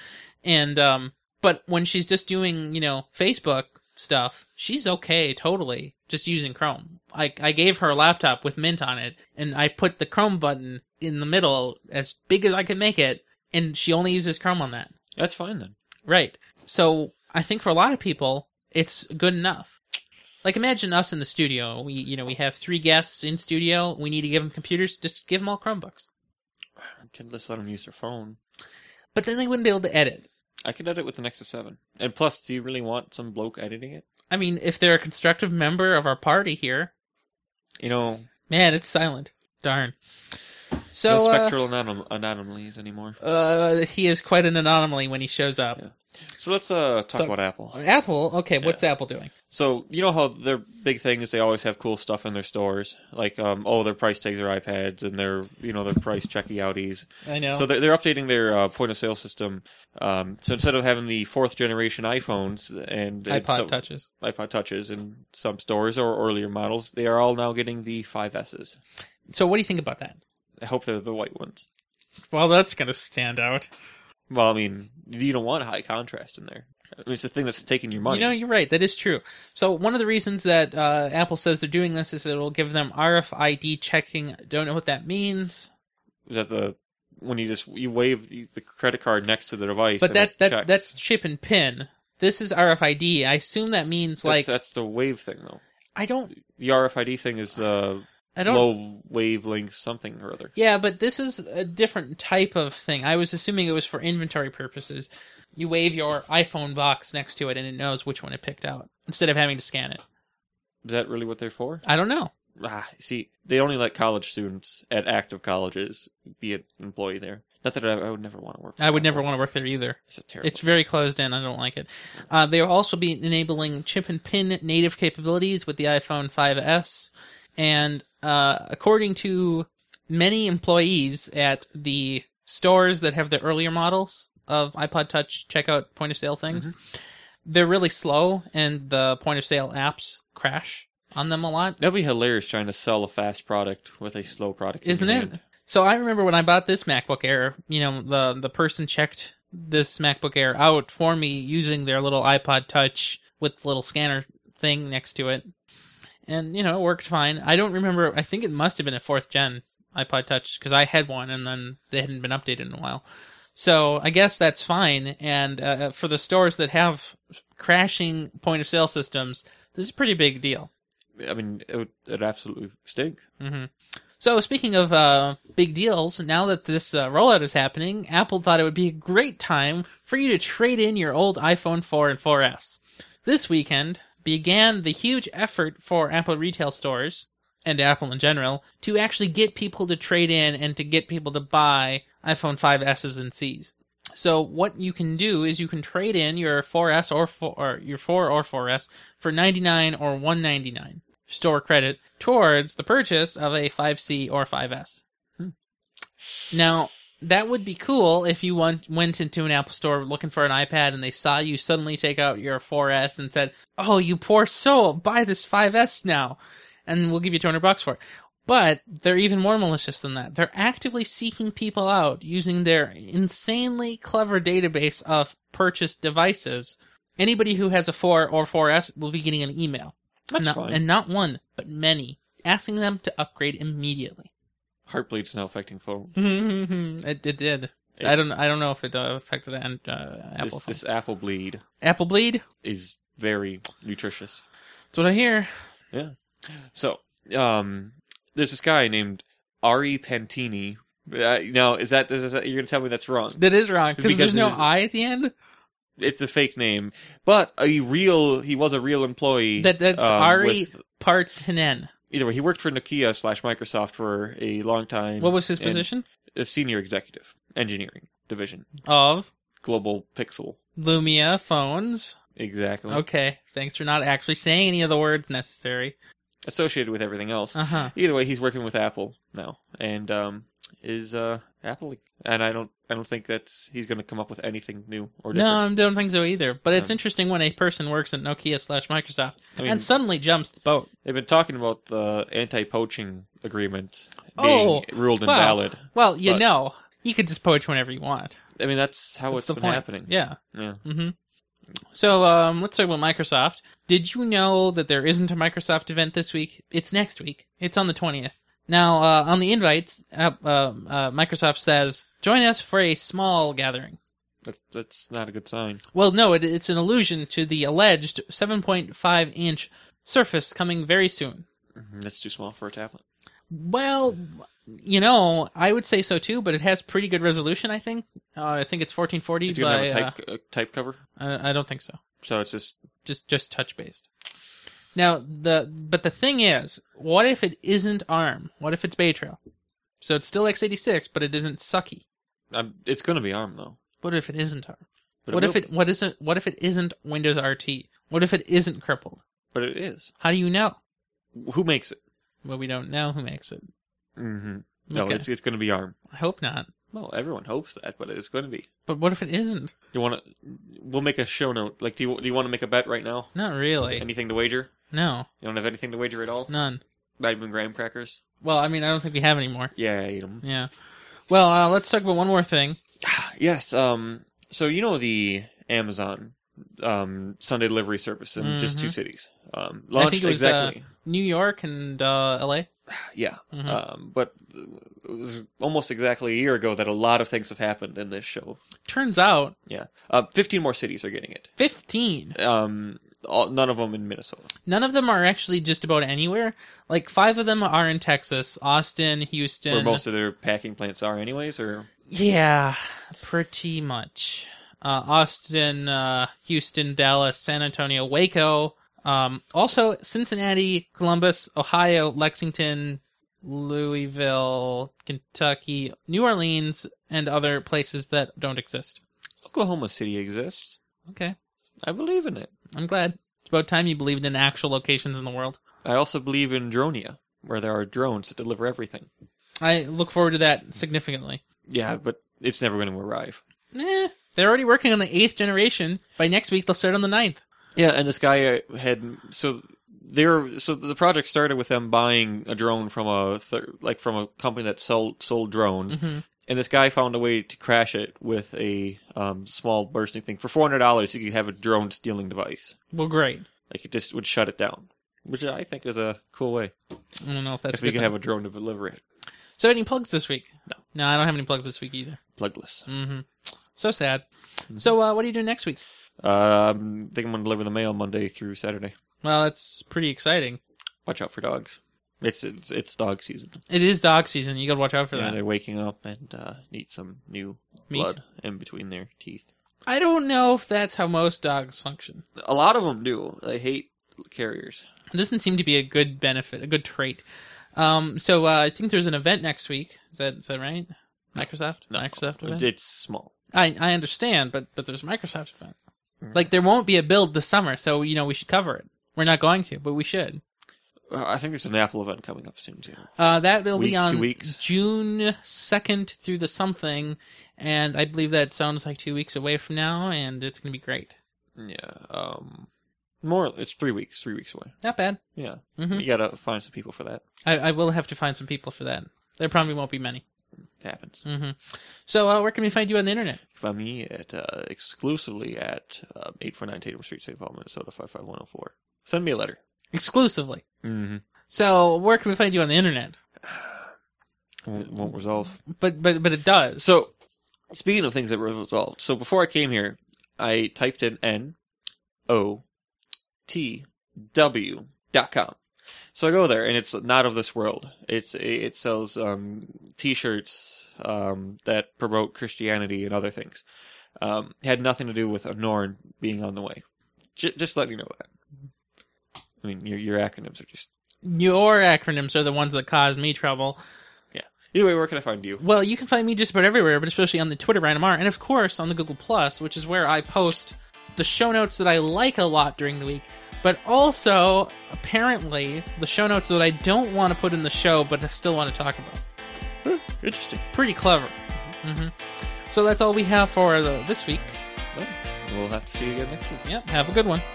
[SPEAKER 2] and um, but when she's just doing you know Facebook stuff, she's okay totally just using Chrome. I I gave her a laptop with Mint on it, and I put the Chrome button in the middle as big as I could make it, and she only uses Chrome on that.
[SPEAKER 1] that's fine then.
[SPEAKER 2] Right. So I think for a lot of people, it's good enough. Like imagine us in the studio. We you know we have three guests in studio. We need to give them computers. Just give them all Chromebooks.
[SPEAKER 1] I can just let them use their phone.
[SPEAKER 2] But then they wouldn't be able to edit.
[SPEAKER 1] I could edit with the Nexus Seven. And plus, do you really want some bloke editing it?
[SPEAKER 2] I mean, if they're a constructive member of our party here,
[SPEAKER 1] You know,
[SPEAKER 2] man, it's silent. Darn. So
[SPEAKER 1] no
[SPEAKER 2] uh,
[SPEAKER 1] spectral anom- anomalies anymore.
[SPEAKER 2] uh, he is quite an anomaly when he shows up.
[SPEAKER 1] Yeah. So let's uh, talk
[SPEAKER 2] Talk-
[SPEAKER 1] about Apple.
[SPEAKER 2] Apple. Okay, what's Apple doing?
[SPEAKER 1] So you know how their big thing is they always have cool stuff in their stores, like um, oh their price tags are iPads and their you know their price checky outies.
[SPEAKER 2] I know.
[SPEAKER 1] So they're, they're updating their uh, point of sale system. Um, so instead of having the fourth generation iPhones and and
[SPEAKER 2] iPod
[SPEAKER 1] some-
[SPEAKER 2] touches.
[SPEAKER 1] iPod touches in some stores or earlier models, they are all now getting the 5Ss.
[SPEAKER 2] So what do you think about that?
[SPEAKER 1] I hope they're the white ones.
[SPEAKER 2] Well, that's gonna stand out.
[SPEAKER 1] Well, I mean, you don't want high contrast in there. I mean, it's the thing that's taking your money.
[SPEAKER 2] You know, you're right. That is true. So one of the reasons that uh, Apple says they're doing this is it'll give them RFID checking. Don't know what that means,
[SPEAKER 1] Is that the when you just you wave the, the credit card next to the device?
[SPEAKER 2] but
[SPEAKER 1] and
[SPEAKER 2] that
[SPEAKER 1] it
[SPEAKER 2] that
[SPEAKER 1] checks.
[SPEAKER 2] that's chip and pin. This is RFID. I assume that means
[SPEAKER 1] That's-
[SPEAKER 2] like
[SPEAKER 1] that's the wave thing though.
[SPEAKER 2] I don't
[SPEAKER 1] The RFID thing is the
[SPEAKER 2] I don't
[SPEAKER 1] low wavelength something or other.
[SPEAKER 2] Yeah, but this is a different type of thing. I was assuming it was for inventory purposes. You wave your iPhone box next to it and it knows which one it picked out instead of having to scan it.
[SPEAKER 1] Is that really what they're for?
[SPEAKER 2] I don't know.
[SPEAKER 1] Ah, see, they only let college students at active colleges be an employee there. Not that I, I would never want to work. for
[SPEAKER 2] I would
[SPEAKER 1] Apple.
[SPEAKER 2] never want to work there either.
[SPEAKER 1] It's a terrible.
[SPEAKER 2] It's very closed in. I don't like it. Uh, they'll also be enabling chip and pin native capabilities with the iPhone 5S. And uh, according to many employees at the stores that have the earlier models of iPod Touch checkout point of sale things, they're really slow and the point of sale apps crash on them a lot.
[SPEAKER 1] That'd be hilarious trying to sell a fast product with a slow product, in
[SPEAKER 2] Isn't
[SPEAKER 1] your
[SPEAKER 2] it?
[SPEAKER 1] hand.
[SPEAKER 2] So I remember when I bought this MacBook Air, you know, the the person checked this MacBook Air out for me using their little iPod Touch with the little scanner thing next to it. And you know, it worked fine. I don't remember, I think it must have been a fourth gen iPod Touch because I had one and then they hadn't been updated in a while. So I guess that's fine. And uh, for the stores that have crashing point of sale systems, this is a pretty big deal.
[SPEAKER 1] I mean, it would it'd absolutely stink.
[SPEAKER 2] hmm So, speaking of uh, big deals, now that this uh, rollout is happening, Apple thought it would be a great time for you to trade in your old iPhone 4 and 4S. This weekend began the huge effort for Apple retail stores, and Apple in general, to actually get people to trade in and to get people to buy iPhone 5S's and C's. So what you can do is you can trade in your 4S or, 4, or your 4 or 4S for 99 or 199 store credit towards the purchase of a 5C or 5S. Now, that would be cool if you went, went into an Apple store looking for an iPad and they saw you suddenly take out your 4S and said, Oh, you poor soul, buy this 5S now, and we'll give you 200 bucks for it. But they're even more malicious than that. They're actively seeking people out using their insanely clever database of purchased devices. Anybody who has a 4 or 4S will be getting an email
[SPEAKER 1] That's
[SPEAKER 2] not,
[SPEAKER 1] fine.
[SPEAKER 2] and not one, but many, asking them to upgrade immediately.
[SPEAKER 1] Heartbleed's now affecting phone.
[SPEAKER 2] it, it did.
[SPEAKER 1] It-
[SPEAKER 2] I don't. I don't know if it uh, affected and uh, Apple.
[SPEAKER 1] This,
[SPEAKER 2] phone.
[SPEAKER 1] this apple bleed
[SPEAKER 2] Apple bleed.
[SPEAKER 1] is very nutritious.
[SPEAKER 2] That's what I hear.
[SPEAKER 1] So, um, there's this guy named Ari Pantini. Uh, now, is that, is that you're gonna tell me that's wrong?
[SPEAKER 2] That is wrong because
[SPEAKER 1] Because
[SPEAKER 2] there's no
[SPEAKER 1] it is-
[SPEAKER 2] I at the end.
[SPEAKER 1] It's a fake name, but a real he was a real employee.
[SPEAKER 2] That that's E
[SPEAKER 1] um,
[SPEAKER 2] Ari
[SPEAKER 1] with-
[SPEAKER 2] Partinen.
[SPEAKER 1] either way, he worked for Nokia slash Microsoft for a long time.
[SPEAKER 2] What was his
[SPEAKER 1] and
[SPEAKER 2] position
[SPEAKER 1] A senior executive, engineering division,
[SPEAKER 2] of
[SPEAKER 1] global pixel.
[SPEAKER 2] Lumia phones?
[SPEAKER 1] Exactly.
[SPEAKER 2] Okay, thanks for not actually saying any of the words necessary.
[SPEAKER 1] Associated with everything else.
[SPEAKER 2] Uh huh.
[SPEAKER 1] Either way, he's working with Apple now, and um, is uh, Apple, and I don't, I don't think that's he's going to come up with anything new or
[SPEAKER 2] No,
[SPEAKER 1] different.
[SPEAKER 2] I don't think so either. But it's
[SPEAKER 1] No.
[SPEAKER 2] interesting when a person works at Nokia slash Microsoft
[SPEAKER 1] I mean,
[SPEAKER 2] and suddenly jumps the boat.
[SPEAKER 1] they've been talking about the anti-poaching agreement being
[SPEAKER 2] Oh,
[SPEAKER 1] ruled
[SPEAKER 2] well.
[SPEAKER 1] invalid.
[SPEAKER 2] Well, you
[SPEAKER 1] But-
[SPEAKER 2] know, you could just poach whenever you want.
[SPEAKER 1] I mean, that's how
[SPEAKER 2] That's
[SPEAKER 1] it's
[SPEAKER 2] the
[SPEAKER 1] been
[SPEAKER 2] point.
[SPEAKER 1] happening.
[SPEAKER 2] Yeah.
[SPEAKER 1] Yeah.
[SPEAKER 2] hmm So um, let's talk about Microsoft. Did you know that there isn't a Microsoft event this week? It's next week. It's on the twentieth. Now, uh, on the invites, uh, um uh, Microsoft says, "Join us for a small gathering."
[SPEAKER 1] That's that's not a good sign.
[SPEAKER 2] Well, no, it, it's an allusion to the alleged 7.5-inch Surface coming very soon.
[SPEAKER 1] Mhm, That's too small for a tablet.
[SPEAKER 2] Well, you know, I would say so too, but it has pretty good resolution. I think. Uh, I think it's 1440
[SPEAKER 1] It's
[SPEAKER 2] by.
[SPEAKER 1] going to have a
[SPEAKER 2] uh,
[SPEAKER 1] type a type cover,
[SPEAKER 2] I, I don't think so.
[SPEAKER 1] so it's just
[SPEAKER 2] just just touch based. Now the but the thing is, what if it isn't ARM? What if it's Bay Trail? So it's still x86, but it isn't sucky.
[SPEAKER 1] um, it's going to be ARM though.
[SPEAKER 2] What if it isn't ARM?
[SPEAKER 1] But
[SPEAKER 2] what if
[SPEAKER 1] will-
[SPEAKER 2] it what isn't what if it isn't Windows RT? What if it isn't crippled?
[SPEAKER 1] But it is.
[SPEAKER 2] How do you know?
[SPEAKER 1] Who makes it?
[SPEAKER 2] Well, we don't know who makes it.
[SPEAKER 1] Mm-hmm. No,
[SPEAKER 2] Okay.
[SPEAKER 1] it's it's going to be ARM.
[SPEAKER 2] I hope not.
[SPEAKER 1] Well, everyone hopes that, but it's going to be.
[SPEAKER 2] But what if it isn't?
[SPEAKER 1] You want to? We'll make a show note. Like, do you do you want to make a bet right now?
[SPEAKER 2] Not really.
[SPEAKER 1] Anything to wager?
[SPEAKER 2] no,
[SPEAKER 1] You don't have anything to wager at all?
[SPEAKER 2] none.
[SPEAKER 1] Not even graham crackers?
[SPEAKER 2] Well, I mean, I don't think we have any more.
[SPEAKER 1] Yeah, I eat them.
[SPEAKER 2] Yeah. Well, uh, let's talk about one more thing.
[SPEAKER 1] Yes. Um. So you know the Amazon um Sunday delivery service in just two
[SPEAKER 2] Mhm.
[SPEAKER 1] cities. Um.
[SPEAKER 2] I
[SPEAKER 1] Launched
[SPEAKER 2] think it was, uh,
[SPEAKER 1] exactly.
[SPEAKER 2] New York and uh, L.A.
[SPEAKER 1] yeah.
[SPEAKER 2] Mhm.
[SPEAKER 1] Um. But it was almost exactly a year ago that a lot of things have happened in this show.
[SPEAKER 2] Turns out,
[SPEAKER 1] Yeah. Uh. Fifteen more cities are getting it.
[SPEAKER 2] fifteen.
[SPEAKER 1] Um. All, none of them in Minnesota.
[SPEAKER 2] None of them are actually just about anywhere. Like five of them are in Texas, Austin, Houston.
[SPEAKER 1] Where most of their packing plants are, anyways. Or
[SPEAKER 2] Yeah, pretty much. Uh, Austin, uh, Houston, Dallas, San Antonio, Waco. Um, also, Cincinnati, Columbus, Ohio, Lexington, Louisville, Kentucky, New Orleans, and other places that don't exist.
[SPEAKER 1] Oklahoma City exists.
[SPEAKER 2] Okay,
[SPEAKER 1] I believe in it.
[SPEAKER 2] I'm glad. It's about time you believed in actual locations in the world.
[SPEAKER 1] I also believe in Dronia, where there are drones that deliver everything.
[SPEAKER 2] I look forward to that significantly.
[SPEAKER 1] Yeah, but it's never going to arrive.
[SPEAKER 2] Eh, they're already working on the eighth generation. By next week, they'll start on the ninth.
[SPEAKER 1] Yeah, and this guy uh, had so they were so the project started with them buying a drone from a thir- like from a company that sold sold drones,
[SPEAKER 2] Mhm.
[SPEAKER 1] and this guy found a way to crash it with a um, small bursting thing for four hundred dollars. You could have a drone stealing device,
[SPEAKER 2] Well, great.
[SPEAKER 1] like it just would shut it down, which I think is a cool way
[SPEAKER 2] I don't know if that's
[SPEAKER 1] if we
[SPEAKER 2] a good
[SPEAKER 1] could
[SPEAKER 2] thing.
[SPEAKER 1] have a drone to deliver it
[SPEAKER 2] So any plugs this week?
[SPEAKER 1] No.
[SPEAKER 2] No, I don't have any plugs this week either.
[SPEAKER 1] plugless.
[SPEAKER 2] hmm So sad. So uh, what do you do next week?
[SPEAKER 1] Um, I think I'm going to deliver the mail Monday through Saturday.
[SPEAKER 2] Well, that's pretty exciting.
[SPEAKER 1] Watch out for dogs. It's it's, it's dog season.
[SPEAKER 2] It is dog season. You got to watch out for
[SPEAKER 1] yeah,
[SPEAKER 2] that.
[SPEAKER 1] they're waking up and uh, need some new
[SPEAKER 2] Meat?
[SPEAKER 1] blood in between their teeth.
[SPEAKER 2] I don't know if that's how most dogs function.
[SPEAKER 1] A lot of them do. They hate carriers.
[SPEAKER 2] It doesn't seem to be a good benefit, a good trait. Um, so uh, I think there's an event next week. Is that is that right? Microsoft, Microsoft event.
[SPEAKER 1] It's small.
[SPEAKER 2] I I understand, but but there's a Microsoft event. Like there won't be a build this summer, so you know we should cover it. We're not going to, but we should.
[SPEAKER 1] Uh, I think there's an Apple event coming up soon too.
[SPEAKER 2] Uh, that will
[SPEAKER 1] Week,
[SPEAKER 2] be on
[SPEAKER 1] two weeks.
[SPEAKER 2] June second through the something, and I believe that sounds like two weeks away from now, and it's gonna be great.
[SPEAKER 1] Yeah. Um. More. It's three weeks. Three weeks away.
[SPEAKER 2] Not bad.
[SPEAKER 1] Yeah.
[SPEAKER 2] Mhm.
[SPEAKER 1] You gotta find some people for that.
[SPEAKER 2] I, I will have to find some people for that. There probably won't be many.
[SPEAKER 1] It happens.
[SPEAKER 2] hmm So uh, where can we find you on the internet?
[SPEAKER 1] Find me at uh, exclusively at uh, eight four nine Tatum Street, St. Paul, Minnesota five five one zero four. Send me a letter.
[SPEAKER 2] Exclusively.
[SPEAKER 1] Mm-hmm.
[SPEAKER 2] So where can we find you on the internet?
[SPEAKER 1] Won't, won't resolve.
[SPEAKER 2] But but but it does.
[SPEAKER 1] So, speaking of things that were resolved, so before I came here, I typed in n o t w dot com. So I go there, and it's not of this world. It's it sells um, t-shirts um, that promote Christianity and other things. Um, had nothing to do with a Norn being on the way. J- just letting you know that. I mean, your your acronyms are just.
[SPEAKER 2] Your acronyms are the ones that cause me trouble.
[SPEAKER 1] Either way, where can I find you?
[SPEAKER 2] Well, you can find me just about everywhere, but especially on the Twitter Random R, and of course on the Google Plus, which is where I post the show notes that I like a lot during the week, but also apparently the show notes that I don't want to put in the show, but I still want to talk about.
[SPEAKER 1] Huh, interesting.
[SPEAKER 2] Pretty clever. hmm So that's all we have for the, this week.
[SPEAKER 1] Well, we'll have to see you again next week.
[SPEAKER 2] Yep. Have a good one.
[SPEAKER 3] 「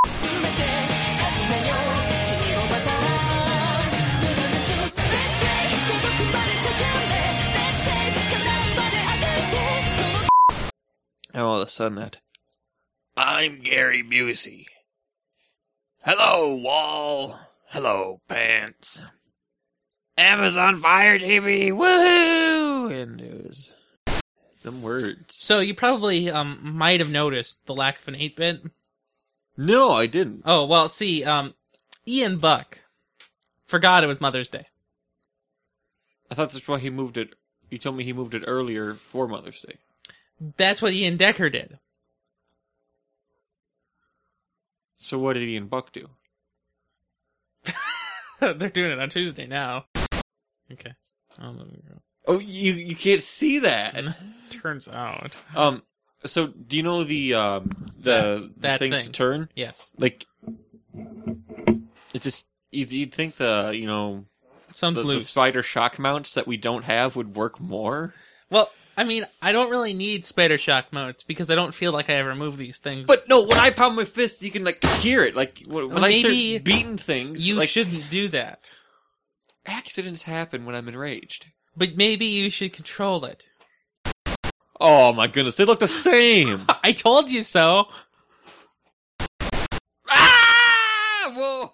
[SPEAKER 3] 始めよう君をまた」「無駄な中 Let's say 届くまで叫んで Let's say 叶うまで歩いてその
[SPEAKER 1] And all of a sudden that I'm Gary Busey. Hello, Wall. Hello, Pants. Amazon Fire TV. Woohoo! And it was them words.
[SPEAKER 2] So you probably um, might have noticed the lack of an eight bit.
[SPEAKER 1] No, I didn't.
[SPEAKER 2] Oh well, see, um, Ian Buck forgot it was Mother's Day.
[SPEAKER 1] I thought that's why he moved it. You told me he moved it earlier for Mother's Day.
[SPEAKER 2] That's what Ian Decker did.
[SPEAKER 1] So what did Ian Buck do?
[SPEAKER 2] They're doing it on Tuesday now. Okay. Oh, there we
[SPEAKER 1] Oh, you you can't see that.
[SPEAKER 2] go. Turns out,
[SPEAKER 1] Um. So do you know the um the
[SPEAKER 2] That- that
[SPEAKER 1] things
[SPEAKER 2] thing.
[SPEAKER 1] to turn?
[SPEAKER 2] yes,
[SPEAKER 1] Like it just you'd, you'd think the you know
[SPEAKER 2] sounds
[SPEAKER 1] the, the
[SPEAKER 2] loose.
[SPEAKER 1] spider shock mounts that we don't have would work more.
[SPEAKER 2] well, I mean, I don't really need spider shock modes because I don't feel like I ever move these things.
[SPEAKER 1] But no, when I pound my fist, you can like hear it. Like when, when I
[SPEAKER 2] maybe
[SPEAKER 1] start beating things,
[SPEAKER 2] you
[SPEAKER 1] like,
[SPEAKER 2] shouldn't do that.
[SPEAKER 1] Accidents happen when I'm enraged.
[SPEAKER 2] But maybe you should control it.
[SPEAKER 1] Oh my goodness, they look the same.
[SPEAKER 2] I told you so.
[SPEAKER 1] ah! Whoa.